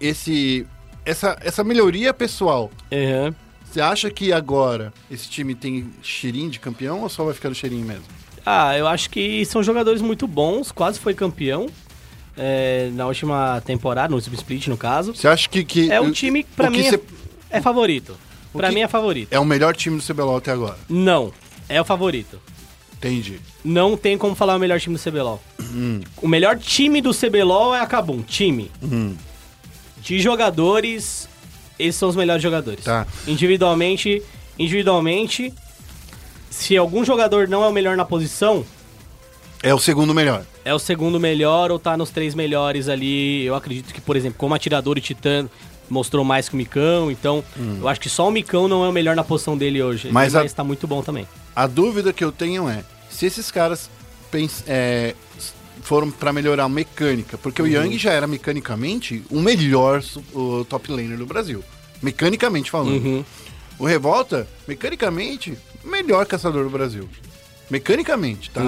Speaker 1: esse essa, essa melhoria pessoal.
Speaker 2: Uhum.
Speaker 1: Você acha que agora esse time tem cheirinho de campeão ou só vai ficar no cheirinho mesmo?
Speaker 2: Ah, eu acho que são jogadores muito bons, quase foi campeão é, na última temporada, no último split, no caso.
Speaker 1: Você acha que, que
Speaker 2: É um time que, pra
Speaker 1: o
Speaker 2: mim, é-
Speaker 1: cê-
Speaker 2: é, favorito. Pra
Speaker 1: que-
Speaker 2: mim é favorito.
Speaker 1: é o melhor time do CBLOL até agora?
Speaker 2: Não, é o favorito.
Speaker 1: Entendi.
Speaker 2: Não tem como falar o melhor time do CBLOL.
Speaker 1: Hum.
Speaker 2: O melhor time do CBLOL é a Kabum, time.
Speaker 1: Hum.
Speaker 2: De jogadores, esses são os melhores jogadores.
Speaker 1: Tá.
Speaker 2: Individualmente, individualmente, se algum jogador não é o melhor na posição,
Speaker 1: É o segundo melhor.
Speaker 2: é o segundo melhor ou tá nos três melhores ali. Eu acredito que, por exemplo, como atirador e titã mostrou mais que o Micão, então eu acho que só o Micão não é o melhor na posição dele hoje.
Speaker 1: Hum. Mas a-
Speaker 2: mas tá muito bom também.
Speaker 1: A dúvida que eu tenho é se esses caras pens- é, s- foram pra melhorar a mecânica, porque o Yang já era mecanicamente o melhor su- o top laner do Brasil, mecanicamente falando. O Revolta, mecanicamente, melhor caçador do Brasil. Mecanicamente, tá?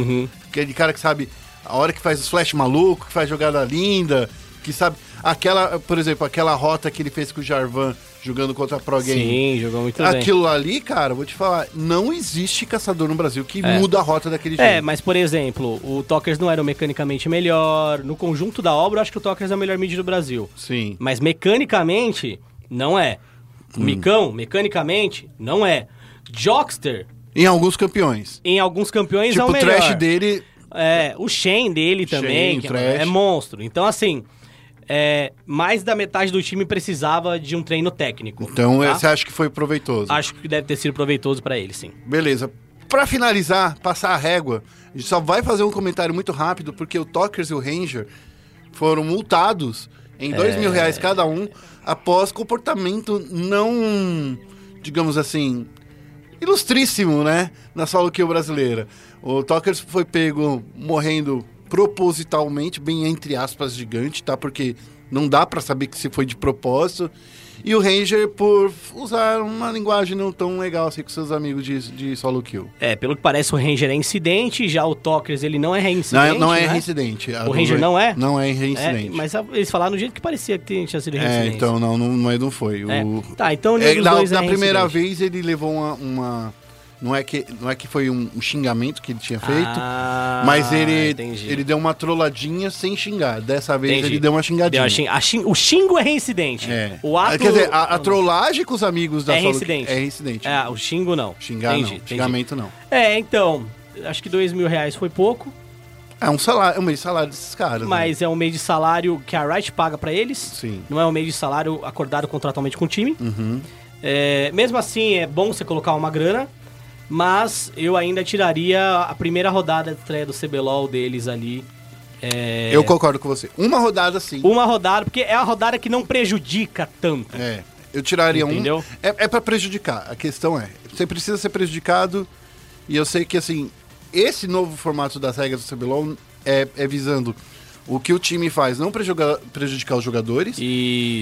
Speaker 1: Aquele cara que sabe a hora que faz os flash maluco, que faz jogada linda, que sabe aquela, por exemplo, aquela rota que ele fez com o Jarvan jogando contra a Pro Game.
Speaker 2: Sim, jogou muito bem.
Speaker 1: Aquilo ali, cara, vou te falar, não existe caçador no Brasil que
Speaker 2: É.
Speaker 1: muda a rota daquele jeito.
Speaker 2: É, mas por exemplo, o Tokers não era o mecanicamente melhor. No conjunto da obra, eu acho que o Tokers é o melhor mid do Brasil.
Speaker 1: Sim.
Speaker 2: Mas mecanicamente, não é. O
Speaker 1: Hum.
Speaker 2: Micão, mecanicamente, não é. Jockster,
Speaker 1: Em alguns campeões.
Speaker 2: em alguns campeões, é
Speaker 1: tipo,
Speaker 2: o
Speaker 1: o
Speaker 2: melhor.
Speaker 1: trash dele.
Speaker 2: É, o Shen dele
Speaker 1: Shen,
Speaker 2: também, que
Speaker 1: Thresh.
Speaker 2: é monstro. Então, assim, é, mais da metade do time precisava de um treino técnico.
Speaker 1: Então,
Speaker 2: tá?
Speaker 1: é, você acha que foi proveitoso?
Speaker 2: Acho que deve ter sido proveitoso pra ele, sim.
Speaker 1: Beleza. Pra finalizar, passar a régua, a gente só vai fazer um comentário muito rápido, porque o Tokers e o Ranger foram multados em
Speaker 2: É.
Speaker 1: dois mil reais cada um após comportamento não, digamos assim, ilustríssimo, né? Na solo-kill brasileira. O Tokers foi pego morrendo propositalmente, bem entre aspas, gigante, tá? Porque não dá pra saber que se foi de propósito. E o Ranger por usar uma linguagem não tão legal assim com seus amigos de, de solo kill.
Speaker 2: É, pelo que parece, o Ranger é incidente, já o Tokers, ele não é reincidente.
Speaker 1: Não, não é
Speaker 2: né?
Speaker 1: reincidente. A
Speaker 2: O
Speaker 1: do-
Speaker 2: Ranger não é?
Speaker 1: Não é
Speaker 2: É,
Speaker 1: reincidente.
Speaker 2: mas a- eles falaram do jeito que parecia que tinha sido
Speaker 1: É,
Speaker 2: reincidente.
Speaker 1: então, não, não, mas não foi.
Speaker 2: É.
Speaker 1: O-
Speaker 2: Tá, então
Speaker 1: É,
Speaker 2: nenhum dos
Speaker 1: na,
Speaker 2: dois é
Speaker 1: na primeira
Speaker 2: reincidente.
Speaker 1: vez ele levou uma. uma- não, é que, não é que foi um, um xingamento que ele tinha feito,
Speaker 2: Ah,
Speaker 1: mas ele,
Speaker 2: entendi.
Speaker 1: ele deu uma trolladinha sem xingar. Dessa vez
Speaker 2: Entendi.
Speaker 1: ele deu uma
Speaker 2: Deu
Speaker 1: xingadinha.
Speaker 2: uma xing- a xing- O xingo é reincidente.
Speaker 1: É.
Speaker 2: O ato...
Speaker 1: Quer dizer, a, a trollagem com os amigos da
Speaker 2: É
Speaker 1: solo-
Speaker 2: reincidente.
Speaker 1: É reincidente.
Speaker 2: É, o xingo não.
Speaker 1: Xingar
Speaker 2: Entendi,
Speaker 1: não,
Speaker 2: entendi.
Speaker 1: xingamento não.
Speaker 2: É, então, acho que dois mil reais foi pouco,
Speaker 1: É um salário, é um meio salário desses caras. né?
Speaker 2: mas é um mês de salário que a Riot paga pra eles.
Speaker 1: Sim. Uhum.
Speaker 2: Não é um mês de salário acordado contratualmente com o time. É, mesmo assim, é bom você colocar uma grana, mas eu ainda tiraria a primeira rodada de estreia do CBLOL deles ali. É,
Speaker 1: Eu concordo com você. Uma rodada sim.
Speaker 2: Uma rodada, porque é a rodada que não prejudica tanto.
Speaker 1: É. Eu tiraria um.
Speaker 2: Entendeu?
Speaker 1: É, é para prejudicar. A questão é, você precisa ser prejudicado. E eu sei que assim, esse novo formato das regras do CBLOL é, é visando o que o time faz, não prejuga- prejudicar os jogadores.
Speaker 2: Isso.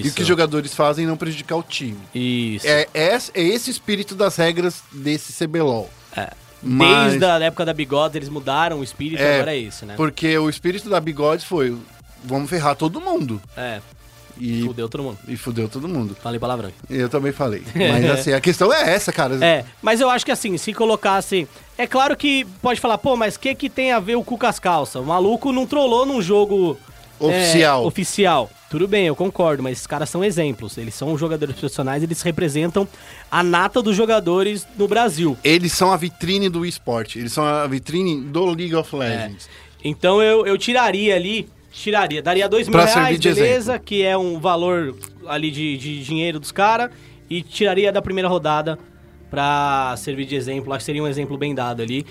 Speaker 1: E o que os jogadores fazem, não prejudicar o time.
Speaker 2: Isso.
Speaker 1: É, é, é esse espírito das regras desse CBLOL.
Speaker 2: É.
Speaker 1: Mas-
Speaker 2: Desde a época da bigode, eles mudaram o espírito,
Speaker 1: É,
Speaker 2: agora é isso, né?
Speaker 1: Porque o espírito da bigode foi: vamos ferrar todo mundo.
Speaker 2: É.
Speaker 1: E
Speaker 6: Fudeu todo mundo.
Speaker 1: e fudeu todo mundo.
Speaker 6: Falei palavrão.
Speaker 1: Eu também falei. Mas assim, a questão é essa, cara.
Speaker 2: É, mas eu acho que assim, se colocasse. É claro que pode falar, pô, mas o que, que tem a ver o cu com as calças? O maluco não trollou num jogo. é,
Speaker 1: Oficial.
Speaker 2: oficial. Tudo bem, eu concordo, mas esses caras são exemplos. Eles são jogadores profissionais, eles representam a nata dos jogadores no Brasil.
Speaker 1: Eles são a vitrine do esporte. Eles são a vitrine do League of
Speaker 2: É.
Speaker 1: Legends.
Speaker 2: Então eu, eu tiraria ali, tiraria, daria dois mil
Speaker 1: Pra
Speaker 2: reais,
Speaker 1: servir de
Speaker 2: beleza,
Speaker 1: exemplo.
Speaker 2: que é um valor ali de, de dinheiro dos caras, e tiraria da primeira rodada pra servir de exemplo. Acho que seria um exemplo bem dado ali.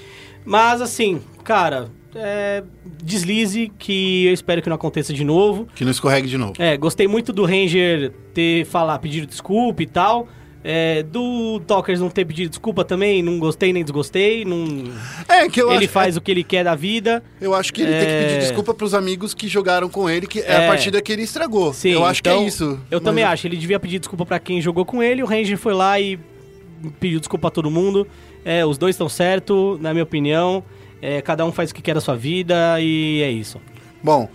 Speaker 2: Mas assim, cara, é, deslize que eu espero que não aconteça de novo.
Speaker 1: Que não escorregue de novo.
Speaker 2: É, gostei muito do Ranger ter falar, pedido desculpa e tal. É, do Talkers não ter pedido desculpa também, não gostei nem desgostei. Não...
Speaker 1: É, que eu
Speaker 2: Ele
Speaker 1: acho,
Speaker 2: faz o que ele quer da vida.
Speaker 1: Eu acho que ele tem que
Speaker 2: É.
Speaker 1: pedir desculpa pros amigos que jogaram com ele, que é,
Speaker 2: É.
Speaker 1: a partida que ele estragou.
Speaker 2: Sim,
Speaker 1: eu acho
Speaker 2: então,
Speaker 1: que é isso.
Speaker 2: Eu
Speaker 1: Mas-
Speaker 2: também acho. Ele devia pedir desculpa pra quem jogou com ele. O Ranger foi lá e pediu desculpa a todo mundo. É, os dois estão certo, na minha opinião. É, cada um faz o que quer da sua vida e é isso.
Speaker 1: Bom,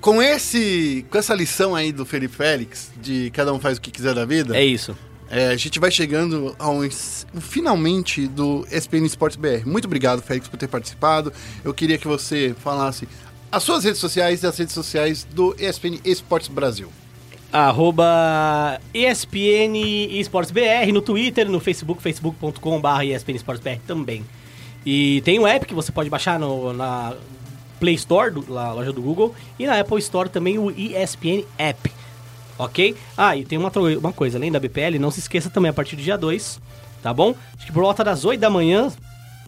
Speaker 1: com esse, com essa lição aí do Felipe Félix, de cada um faz o que quiser da vida,
Speaker 2: É isso.
Speaker 1: é, a gente vai chegando ao ens- finalmente do SPN Esportes BR. Muito obrigado, Félix, por ter participado. Eu queria que você falasse as suas redes sociais e as redes sociais do ESPN Esportes Brasil.
Speaker 2: Arroba ESPN Esportes BR no Twitter, no Facebook, facebook.com.br ESPN Esportes BR também. E tem um app que você pode baixar no- na Play Store, do, na loja do Google, e na Apple Store também o ESPN App. Ok? Ah, e tem uma, tro- uma coisa, além da BPL, não se esqueça também a partir do dia 2, tá bom? Acho que por volta das 8 da manhã,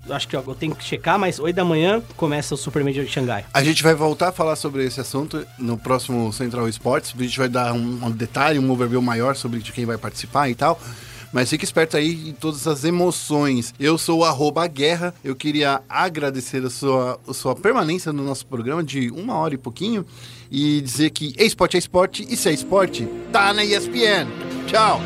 Speaker 2: acho que eu tenho que checar, mas 8 da manhã começa o Super Major de Xangai.
Speaker 1: A gente vai voltar a falar sobre esse assunto no próximo Central Esportes. A gente vai dar um, um detalhe, um overview maior sobre de quem vai participar e tal. Mas fique esperto aí em todas as emoções. Eu sou o arroba guerra. Eu queria agradecer a sua, a sua permanência no nosso programa de uma hora e pouquinho. E dizer que esporte é esporte e se é esporte, tá na ESPN. Tchau!